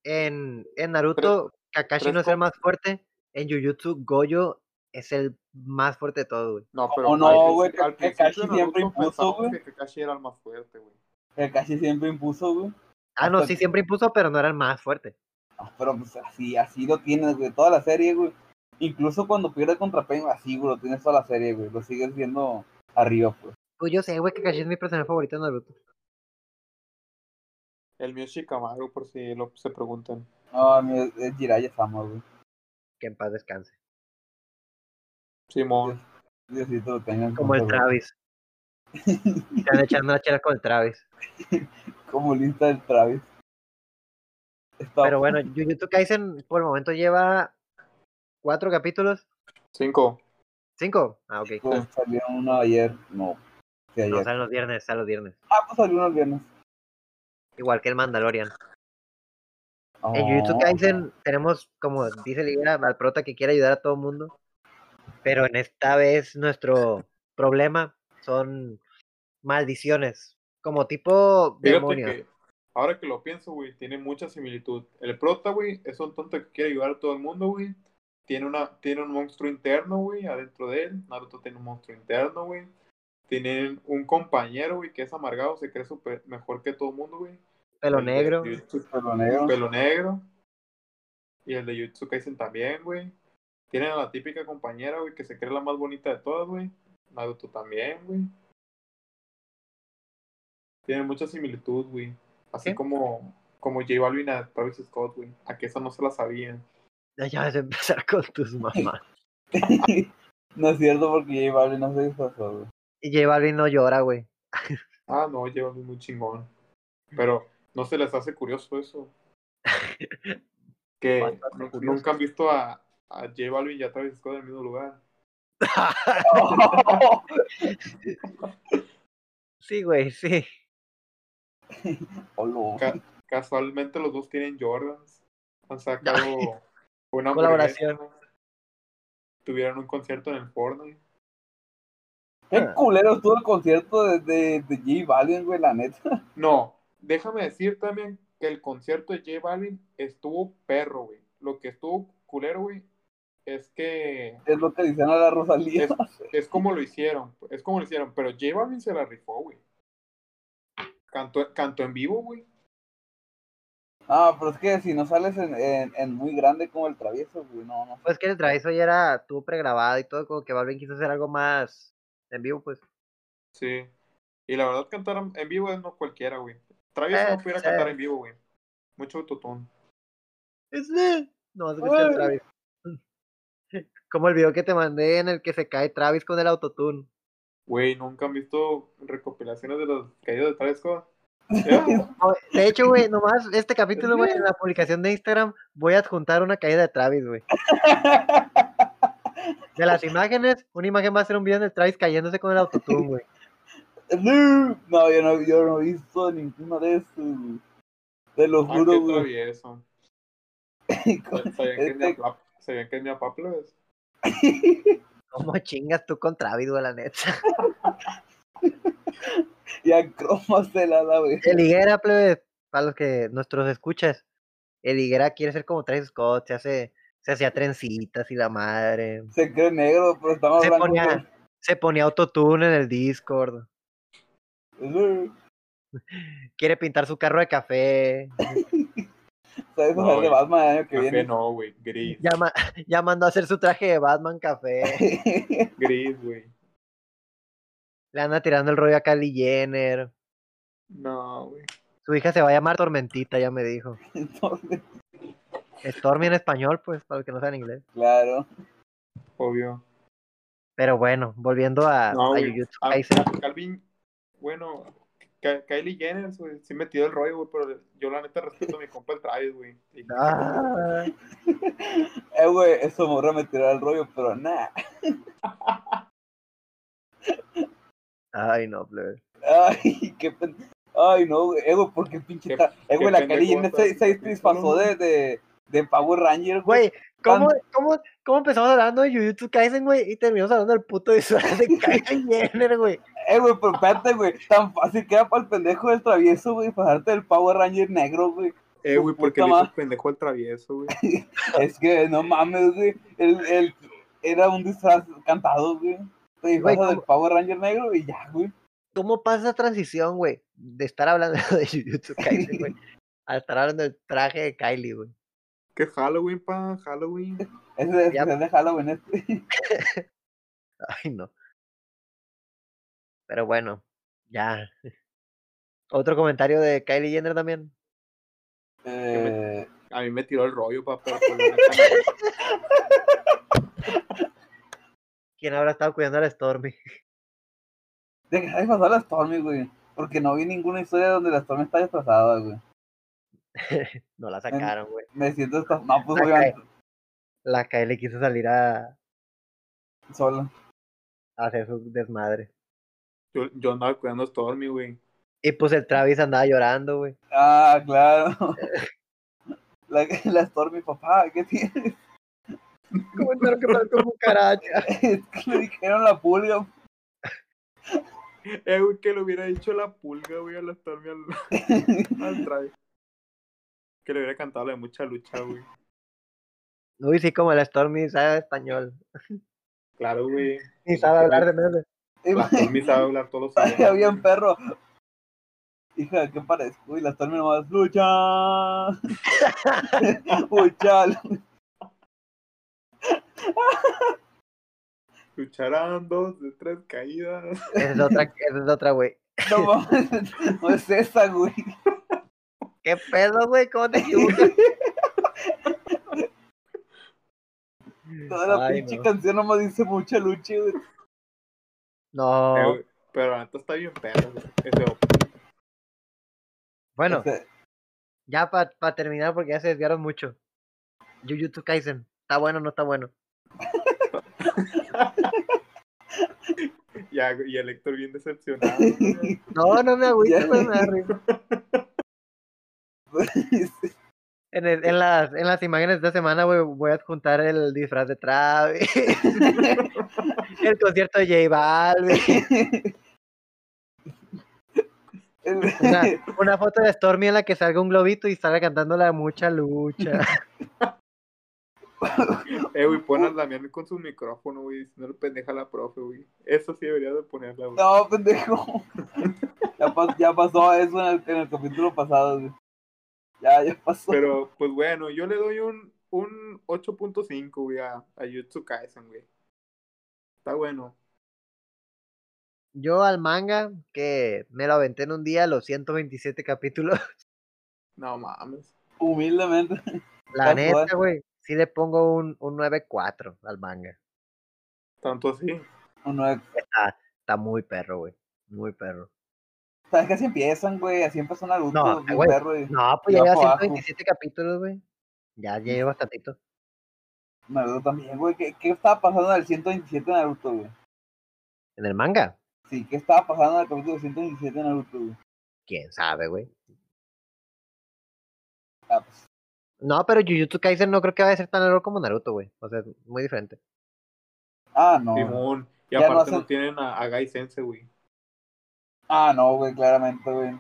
Speaker 1: En, en Naruto, Kakashi
Speaker 2: tres
Speaker 1: no es el
Speaker 2: copas.
Speaker 1: más fuerte. En Jujutsu, Goyo es el más fuerte de todos, güey.
Speaker 2: No,
Speaker 3: ¿Cómo
Speaker 2: pero.
Speaker 3: no,
Speaker 2: al
Speaker 3: güey?
Speaker 2: principio- al
Speaker 3: Kakashi
Speaker 2: principio de Naruto
Speaker 3: siempre impuso,
Speaker 2: pensábamos
Speaker 3: güey.
Speaker 2: que Kakashi era el más fuerte, güey.
Speaker 3: Que casi siempre impuso, güey.
Speaker 1: Ah, no,
Speaker 3: Hasta-
Speaker 1: sí, siempre impuso, pero no era el más fuerte.
Speaker 3: Ah, pero pues así, así lo tienes, güey, toda la serie, güey. Incluso cuando pierde contra Penguin, así, güey, lo tienes toda la serie, güey. Lo sigues viendo arriba, pues.
Speaker 1: Pues yo sé, güey, Kakashi es mi personaje favorito de Naruto.
Speaker 2: El mío es Shikamaru, por si lo, se preguntan.
Speaker 3: No, a mí es, es Jiraiya Sama, güey.
Speaker 1: Que en paz descanse.
Speaker 2: Simón.
Speaker 3: Diosito lo tenga en
Speaker 1: Como el
Speaker 3: cuenta, güey.
Speaker 1: Travis. Están echando la chela con el
Speaker 2: [laughs]
Speaker 1: Travis.
Speaker 3: Como lista del Travis. Está-
Speaker 1: Pero bueno, Jujutsu Kaisen por el momento lleva cuatro capítulos.
Speaker 2: Cinco.
Speaker 1: ¿Cinco? Ah, ok.
Speaker 3: pues, salió uno ayer, no. Sí,
Speaker 1: No,
Speaker 3: ayer.
Speaker 1: salen los viernes, salen los viernes.
Speaker 3: Ah, pues salió uno el viernes.
Speaker 1: Igual que el Mandalorian.
Speaker 2: Oh,
Speaker 1: En
Speaker 3: Ah,
Speaker 1: Jujutsu Kaisen tenemos, como dice Libera, al prota que quiere ayudar a todo el mundo. Pero en esta vez nuestro problema son maldiciones. Como tipo
Speaker 2: Fíjate
Speaker 1: demonios.
Speaker 2: que, ahora que lo pienso, güey, tiene mucha similitud. El prota, güey, es un tonto que quiere ayudar a todo el mundo, güey. Tiene, una, tiene un monstruo interno, güey, adentro de él. Naruto tiene un monstruo interno, güey. Tienen un compañero, güey, que es amargado, se cree super mejor que todo el mundo, güey.
Speaker 1: Pelo
Speaker 2: El de
Speaker 1: negro.
Speaker 2: Jujutsu-
Speaker 3: Pelo negro.
Speaker 2: Pelo negro. Y el de Jujutsu Kaisen también, güey. Tienen a la típica compañera, güey, que se cree la más bonita de todas, güey. Naruto también, güey. Tienen mucha similitud, güey. Así
Speaker 1: Sí.
Speaker 2: como, como J Balvin a Travis Scott, güey. A que esa no se la sabían.
Speaker 1: [laughs] Ya vas a empezar con
Speaker 2: [laughs]
Speaker 1: tus mamás.
Speaker 3: [laughs] no es cierto porque J Balvin no se
Speaker 2: [laughs]
Speaker 3: disfrazó, güey.
Speaker 1: Y J Balvin no llora, güey.
Speaker 2: Ah, no, J Balvin muy chingón. Pero no se les hace curioso
Speaker 1: [laughs]
Speaker 2: eso. que
Speaker 1: Bastante
Speaker 2: nu-
Speaker 1: curioso.
Speaker 2: nunca han visto a, a J Balvin y a Travis Scott en el mismo lugar.
Speaker 1: Sí, güey, sí.
Speaker 3: Oh, no.
Speaker 2: Ca- casualmente los dos tienen Jordans. Han sacado una
Speaker 1: Colaboración.
Speaker 2: hamburguesa. Tuvieron un concierto en el Fortnite.
Speaker 3: Qué culero estuvo el concierto de, de, de J Balvin, güey, la neta. [laughs]
Speaker 2: No, déjame decir también que el concierto de J Balvin estuvo perro, güey. Lo que estuvo culero, güey, es que
Speaker 3: Es lo que dicen a la Rosalía.
Speaker 2: es, es como lo hicieron, es como lo hicieron, pero J Balvin se la rifó, güey. Cantó, cantó en vivo, güey.
Speaker 3: [laughs] Ah, pero es que si no sales en, en- en muy grande como el travieso, güey, no,
Speaker 2: [laughs]
Speaker 3: no.
Speaker 1: Pues que el travieso ya era, estuvo pregrabado y todo, como que Balvin quiso hacer algo más en vivo, pues.
Speaker 2: Sí. Y la verdad, cantar en vivo es no cualquiera, güey. Travis
Speaker 1: Eh,
Speaker 2: no pudiera
Speaker 1: sí.
Speaker 2: cantar en vivo, güey. Mucho totón.
Speaker 1: Es de- No vas a escuchar
Speaker 3: Ay.
Speaker 1: el Travis. [laughs] Como el video que te mandé en el que se cae Travis con el autotune.
Speaker 2: Güey, ¿nunca han visto recopilaciones de las caídas de Travis
Speaker 3: [laughs]
Speaker 2: Scott? Ya,
Speaker 1: No, De hecho, [laughs] güey, nomás este capítulo, güey, en la publicación de Instagram voy a adjuntar una caída de Travis, güey. De las imágenes, una imagen va a ser un video de Travis cayéndose con el autotune, güey.
Speaker 3: No, yo no, yo no he visto ninguno de esos, güey. Te lo
Speaker 2: ah,
Speaker 3: juro,
Speaker 2: qué
Speaker 3: güey.
Speaker 2: travieso.
Speaker 3: [laughs] Con-
Speaker 2: ¿Sabían que es
Speaker 3: Este-
Speaker 2: Nia Pap- sabían que es Nia Paplo?
Speaker 1: ¿Cómo chingas tú con Travis, güey, la neta?
Speaker 3: ya cromasela la güey.
Speaker 1: El Higuera, plebe, para los que nuestros escuchas, el Higuera quiere ser como Travis Scott, se hace, se hacía trencitas y la madre.
Speaker 3: Se cree negro, pero está más
Speaker 1: Se
Speaker 3: blanco.
Speaker 1: ponía, se ponía autotune en el Discord.
Speaker 3: [laughs] que-
Speaker 1: Quiere pintar su carro de café.
Speaker 3: ¿Sabes?
Speaker 2: No,
Speaker 3: O sea, el de
Speaker 2: güey.
Speaker 3: Batman el año que
Speaker 2: Café
Speaker 3: viene.
Speaker 2: Ah, no, güey. Gris.
Speaker 1: Ya, ma- [laughs] ya mandó a hacer su traje de Batman café.
Speaker 2: Gris, güey.
Speaker 1: Le anda tirando el rollo a Kylie Jenner.
Speaker 2: No, güey.
Speaker 1: Su hija se va a llamar Tormentita, ya me dijo.
Speaker 3: [laughs] Entonces,
Speaker 1: Stormy en español, pues, para los que no saben inglés.
Speaker 3: claro.
Speaker 2: Obvio.
Speaker 1: Pero bueno, volviendo
Speaker 3: Ah,
Speaker 1: a,
Speaker 2: No,
Speaker 1: a
Speaker 2: güey.
Speaker 1: Jujutsu
Speaker 2: A-
Speaker 1: Kaisen.
Speaker 2: a- Calvin, bueno, Ka- Kylie Jenner, güey, sí metió el rollo, güey, pero yo la neta respeto a mi compa el Travis, güey.
Speaker 3: [laughs]
Speaker 2: Y-
Speaker 1: Ah,
Speaker 3: Eh, güey, eso morra me tiró el rollo, pero nada.
Speaker 1: Ay, no, plebe.
Speaker 3: Ay, qué pen... Ay, no, güey. Eh, güey, porque pinche
Speaker 2: Qué-
Speaker 3: ta- Eh, güey,
Speaker 2: qué
Speaker 3: la Kylie
Speaker 2: pendejo
Speaker 3: Jenner
Speaker 2: está
Speaker 3: se,
Speaker 2: ese
Speaker 3: se disfrazó de, de, de Power Ranger,
Speaker 1: Güey, ¿cómo,
Speaker 3: Tan-
Speaker 1: cómo, ¿cómo empezamos hablando de Jujutsu Kaisen, güey? Y terminamos hablando del puto disfraz [laughs] de Kylie Jenner, güey.
Speaker 3: Eh, güey, pero espérate, güey. Tan fácil que era para el pendejo del travieso, güey, pasarte del Power Ranger negro, güey.
Speaker 2: Eh,
Speaker 3: Su
Speaker 2: güey, porque
Speaker 3: puta
Speaker 2: le hizo
Speaker 3: madre.
Speaker 2: pendejo al travieso, güey.
Speaker 3: Es que no mames, güey. El, el, era un disfraz cantado, güey. Te disfrazas del
Speaker 1: ¿cómo?
Speaker 3: Power Ranger negro y ya, güey.
Speaker 1: ¿Cómo pasa esa transición, güey? De estar hablando [laughs] de Jujutsu Kaisen, güey. A estar hablando del traje de Kylie, güey. [laughs]
Speaker 2: Que Halloween, pa, Halloween.
Speaker 3: Ese es
Speaker 1: Ya.
Speaker 3: el de Halloween este.
Speaker 1: Ay, no. Pero bueno, ya. Otro comentario de Kylie Jenner también.
Speaker 3: Eh,
Speaker 2: A mí me tiró el rollo, pa, pero pues, la
Speaker 3: [laughs]
Speaker 2: neta,
Speaker 1: ¿Quién habrá estado cuidando a la Stormy? [laughs]
Speaker 3: de que está disfrazada la Stormy, güey. Porque no vi ninguna historia donde la Stormy está disfrazada, güey.
Speaker 1: No la sacaron, güey.
Speaker 3: Me siento esta... No, pues
Speaker 1: La
Speaker 3: güey,
Speaker 1: La Kylie quiso salir a,
Speaker 3: sola.
Speaker 1: a hacer su desmadre.
Speaker 2: yo, yo andaba cuidando a Stormy, güey.
Speaker 1: Y pues el Travis andaba llorando, güey.
Speaker 3: Ah, claro. [laughs] La, la Stormy, papá, ¿qué tiene?
Speaker 1: Comentaron que parece como cucaracha.
Speaker 3: [laughs] Es que le dijeron la pulga. [laughs]
Speaker 2: Eh, güey, que le hubiera dicho la pulga, güey, a la Stormy al, [laughs] al Travis. Que le hubiera cantado la de mucha lucha, güey.
Speaker 1: Uy, sí, como la Stormy sabe español.
Speaker 2: Claro,
Speaker 3: [laughs]
Speaker 2: güey.
Speaker 1: Y sabe hablar de menos.
Speaker 2: La Stormy sabe hablar todos los idiomas,
Speaker 3: Había un
Speaker 2: güey.
Speaker 3: perro. Hija, ¿qué parezco? Y la Stormy nomás, lucha. [laughs] Lucha.
Speaker 2: Lucharán dos de tres caídas.
Speaker 1: Esa es
Speaker 3: [laughs]
Speaker 1: otra, esa es otra, güey. [laughs]
Speaker 3: No mames, no es esa, güey.
Speaker 1: ¿Qué pedo, güey? ¿Cómo te equivocas?
Speaker 3: [laughs] Toda la
Speaker 1: Ay,
Speaker 3: pinche
Speaker 1: no.
Speaker 3: canción nomás dice mucha lucha, güey.
Speaker 2: Eh,
Speaker 1: No.
Speaker 2: güey, pero la neta está bien perro, güey. Ese op-
Speaker 1: Bueno,
Speaker 3: O sea, [laughs]
Speaker 1: ya para terminar, porque ya se desviaron mucho. Jujutsu Kaisen. ¿Está bueno o no está bueno?
Speaker 2: Ya, güey, y el Héctor bien decepcionado. güey.
Speaker 1: No, no me
Speaker 3: Ya.
Speaker 1: agüites, güey, me da risa. En, el- en las, en las imágenes de esta semana, güey, voy a adjuntar el disfraz de Travis, [laughs] el concierto de J Balvin,
Speaker 3: [laughs]
Speaker 1: una,
Speaker 3: el-
Speaker 1: una foto
Speaker 3: [laughs]
Speaker 1: de Stormy en la que salga un globito y salga cantando la mucha lucha.
Speaker 2: Eh, güey, pon a Damián con su micrófono, güey, si no le pendeja a la profe, güey. Eso sí debería de ponerla, güey.
Speaker 3: No, pendejo. ya, pas- ya pasó eso en el, en el capítulo pasado. güey. Ya, ya pasó.
Speaker 2: Pero, pues bueno, yo le doy un, un 8.5, güey, a, a Jutsu Kaisen, güey. Está bueno.
Speaker 1: Yo al manga, que me lo aventé en un día, los 127 capítulos. [laughs]
Speaker 2: No mames.
Speaker 3: Humildemente.
Speaker 1: La
Speaker 3: Tal cual.
Speaker 1: neta, güey, sí le pongo un, un 9.4 al manga.
Speaker 2: Tanto así.
Speaker 3: Un nueve.
Speaker 1: Está, está muy perro, güey. Muy perro.
Speaker 3: ¿Sabes que así empiezan, güey? Así empezó Naruto.
Speaker 1: No,
Speaker 3: bien
Speaker 1: güey.
Speaker 3: perro, y
Speaker 1: No, pues ya
Speaker 3: Ya
Speaker 1: lleva
Speaker 3: pa' abajo.
Speaker 1: 127 capítulos, güey. Ya, ya lleva tantito.
Speaker 3: Naruto también, güey. ¿Qué, ¿Qué estaba pasando en el 127 de Naruto, güey?
Speaker 1: En el manga,
Speaker 3: Sí, ¿qué estaba pasando en el capítulo 127 de Naruto, güey?
Speaker 1: quién sabe, güey.
Speaker 3: Ah, pues,
Speaker 1: No, pero Jujutsu Kaisen no creo que vaya a ser tan largo como Naruto, güey. O sea, muy diferente.
Speaker 3: ah, no.
Speaker 2: Simón. Y
Speaker 3: Ya no
Speaker 2: aparte no,
Speaker 3: hacen-
Speaker 2: tienen a, a Gai Sensei, güey.
Speaker 3: Ah, no, güey, claramente, güey.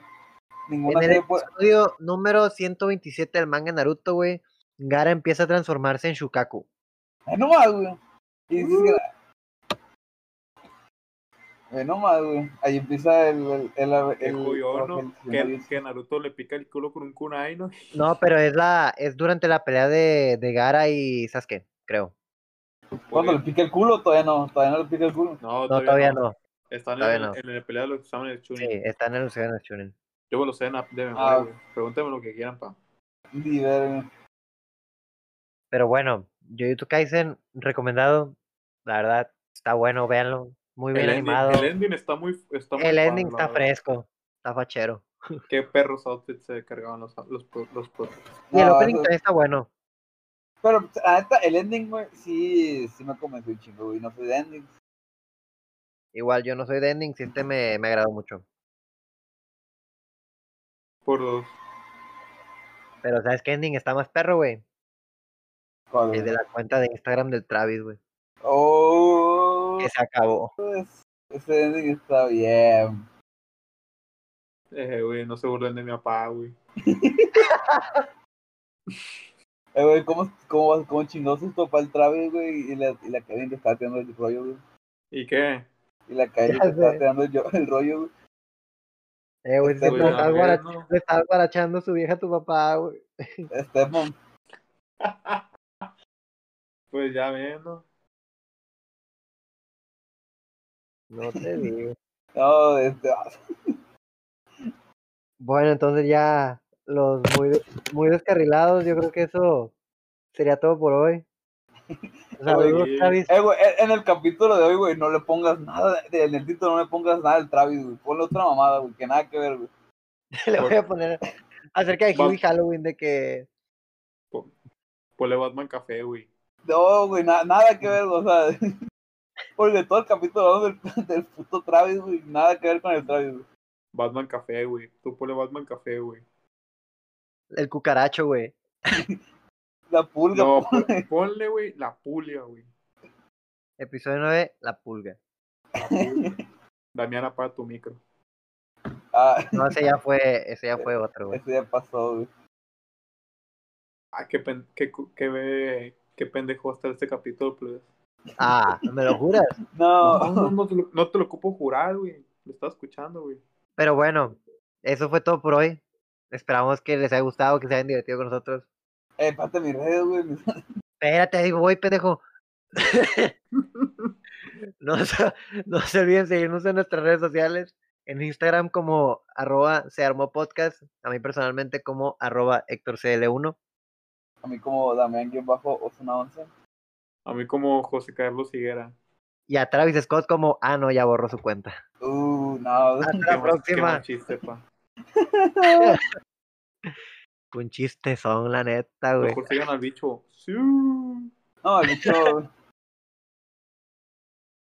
Speaker 3: Ninguna
Speaker 1: En el
Speaker 3: serie pues. puede...
Speaker 1: episodio número 127 del manga Naruto, güey, Gara empieza a transformarse en Shukaku.
Speaker 3: Ay, no más, güey. Y dices que la-
Speaker 1: Uh.
Speaker 3: Ay, no más, güey. Ahí empieza el... el, el, el,
Speaker 2: El joyono.
Speaker 3: el-
Speaker 2: Que, que Naruto le pica el culo con un kunai, ¿no?
Speaker 1: No, pero es la es durante la pelea de, de Gara y Sasuke, creo.
Speaker 3: Cuando le
Speaker 2: Porque-
Speaker 3: pica el culo, todavía no. Todavía no le pica el culo.
Speaker 2: No,
Speaker 1: No, todavía no.
Speaker 2: Están
Speaker 1: todavía
Speaker 2: en,
Speaker 1: no.
Speaker 2: en la pelea de los exámenes de
Speaker 1: Sí,
Speaker 2: Chunin.
Speaker 1: está en el Océano de Chunin.
Speaker 2: Yo me lo sé de na- de
Speaker 3: Ah.
Speaker 2: memoria, güey. Pregúntame lo que quieran, pa.
Speaker 3: Ni verga.
Speaker 1: Pero bueno, Jujutsu Kaisen, recomendado. La verdad, está bueno, véanlo. Muy bien
Speaker 2: El ending,
Speaker 1: animado.
Speaker 2: el ending está muy. Está muy
Speaker 1: El
Speaker 2: padre,
Speaker 1: ending
Speaker 2: la
Speaker 1: está
Speaker 2: verdad.
Speaker 1: fresco, está fachero.
Speaker 2: Qué perros outfits se cargaban los, los, pro- los pro-
Speaker 1: Y el
Speaker 3: No,
Speaker 1: opening
Speaker 3: eso-
Speaker 1: también está bueno.
Speaker 3: Pero, la neta, el ending, güey, sí, sí me convenció un chingo, güey. No soy de ending.
Speaker 1: Igual yo no soy de ending, si este me, me agradó mucho.
Speaker 2: por los.
Speaker 1: Pero sabes que ending está más perro, güey.
Speaker 3: Joder,
Speaker 1: El de
Speaker 3: güey.
Speaker 1: la cuenta de Instagram del Travis, güey.
Speaker 3: Oh,
Speaker 1: Que se acabó.
Speaker 3: es- ese ending está bien.
Speaker 2: Eh, güey, no se burlen de mi papá, güey.
Speaker 3: Eh, güey, ¿cómo, cómo, cómo chingó su papá el Travis, güey? Y la, y la Karen que estaba tirando el rollo, güey.
Speaker 2: ¿Y qué?
Speaker 3: Y la Karen
Speaker 1: Ya
Speaker 3: que estaba
Speaker 1: sé.
Speaker 3: tirando el, yo- el rollo, güey.
Speaker 1: Eh, güey,
Speaker 3: Este
Speaker 1: se
Speaker 2: Güey,
Speaker 1: le
Speaker 3: Pero
Speaker 2: la
Speaker 1: estás
Speaker 2: verga,
Speaker 1: guara-
Speaker 2: Pues ¿no?
Speaker 1: le estás guarachando su vieja a tu papá, güey.
Speaker 3: Estefan.
Speaker 2: Pues ya ven, ¿no?
Speaker 1: No te digo.
Speaker 3: No, este. ah,
Speaker 1: Bueno, entonces ya los muy, de- muy descarrilados, yo creo que eso sería todo por
Speaker 2: [laughs]
Speaker 1: hoy. Saludos,
Speaker 2: Oye.
Speaker 1: Travis.
Speaker 3: Eh, güey, en en el capítulo de hoy, güey, no le pongas nada. de- En el título no le pongas nada del Travis, güey. Ponle otra mamada, güey, que nada que ver, güey.
Speaker 1: [laughs] Le voy a poner acerca de
Speaker 2: Vamos.
Speaker 1: Hugh y Halloween, de que
Speaker 2: Ponle Batman Café, güey.
Speaker 3: No, güey, na- nada que ver, güey, o sea. [laughs] Porque todo el capítulo hablamos del, [laughs] del puto Travis, güey. Nada que ver con el Travis, güey.
Speaker 2: Batman Café, güey. Tú ponle Batman Café, güey.
Speaker 1: el cucaracho, güey.
Speaker 3: La pulga.
Speaker 2: No, pon- ponle, güey, la pulia, güey.
Speaker 1: Episodio 9, La Pulga.
Speaker 2: Damián, apaga tu micro.
Speaker 3: [laughs] Ah,
Speaker 1: No, ese ya fue, ese ya fue otro, güey.
Speaker 3: eso ya pasó, güey.
Speaker 2: Ah, qué, pen- qué, cu- qué, ve- qué pendejo está este capítulo, pues.
Speaker 1: Ah, ¿me lo juras?
Speaker 3: No.
Speaker 2: No, no, no te lo, no te lo ocupo jurar, güey. Lo estaba escuchando, güey.
Speaker 1: Pero bueno, eso fue todo por hoy. Esperamos que les haya gustado, que se hayan divertido con nosotros.
Speaker 3: [laughs] Eh, pate mis redes, güey. mis-
Speaker 1: Espérate, ahí voy,
Speaker 2: [laughs]
Speaker 1: pendejo. [laughs] no, se, no se olviden seguirnos en nuestras redes sociales. En Instagram como arroba se armó podcast. A mí personalmente como arroba HectorCL1.
Speaker 3: A mí como Damián guión bajo Osuna 11.
Speaker 2: A mí como José Carlos Higuera.
Speaker 1: Y a Travis Scott como, ah, no, ya borró su
Speaker 2: [laughs]
Speaker 1: cuenta.
Speaker 3: Uh, no.
Speaker 1: Hasta la
Speaker 2: Qué mal- qué mal
Speaker 1: próxima.
Speaker 2: chiste, pa.
Speaker 1: Un chiste son, la neta, güey.
Speaker 2: Mejor sigan al bicho. Sí.
Speaker 3: [laughs] No, el bicho.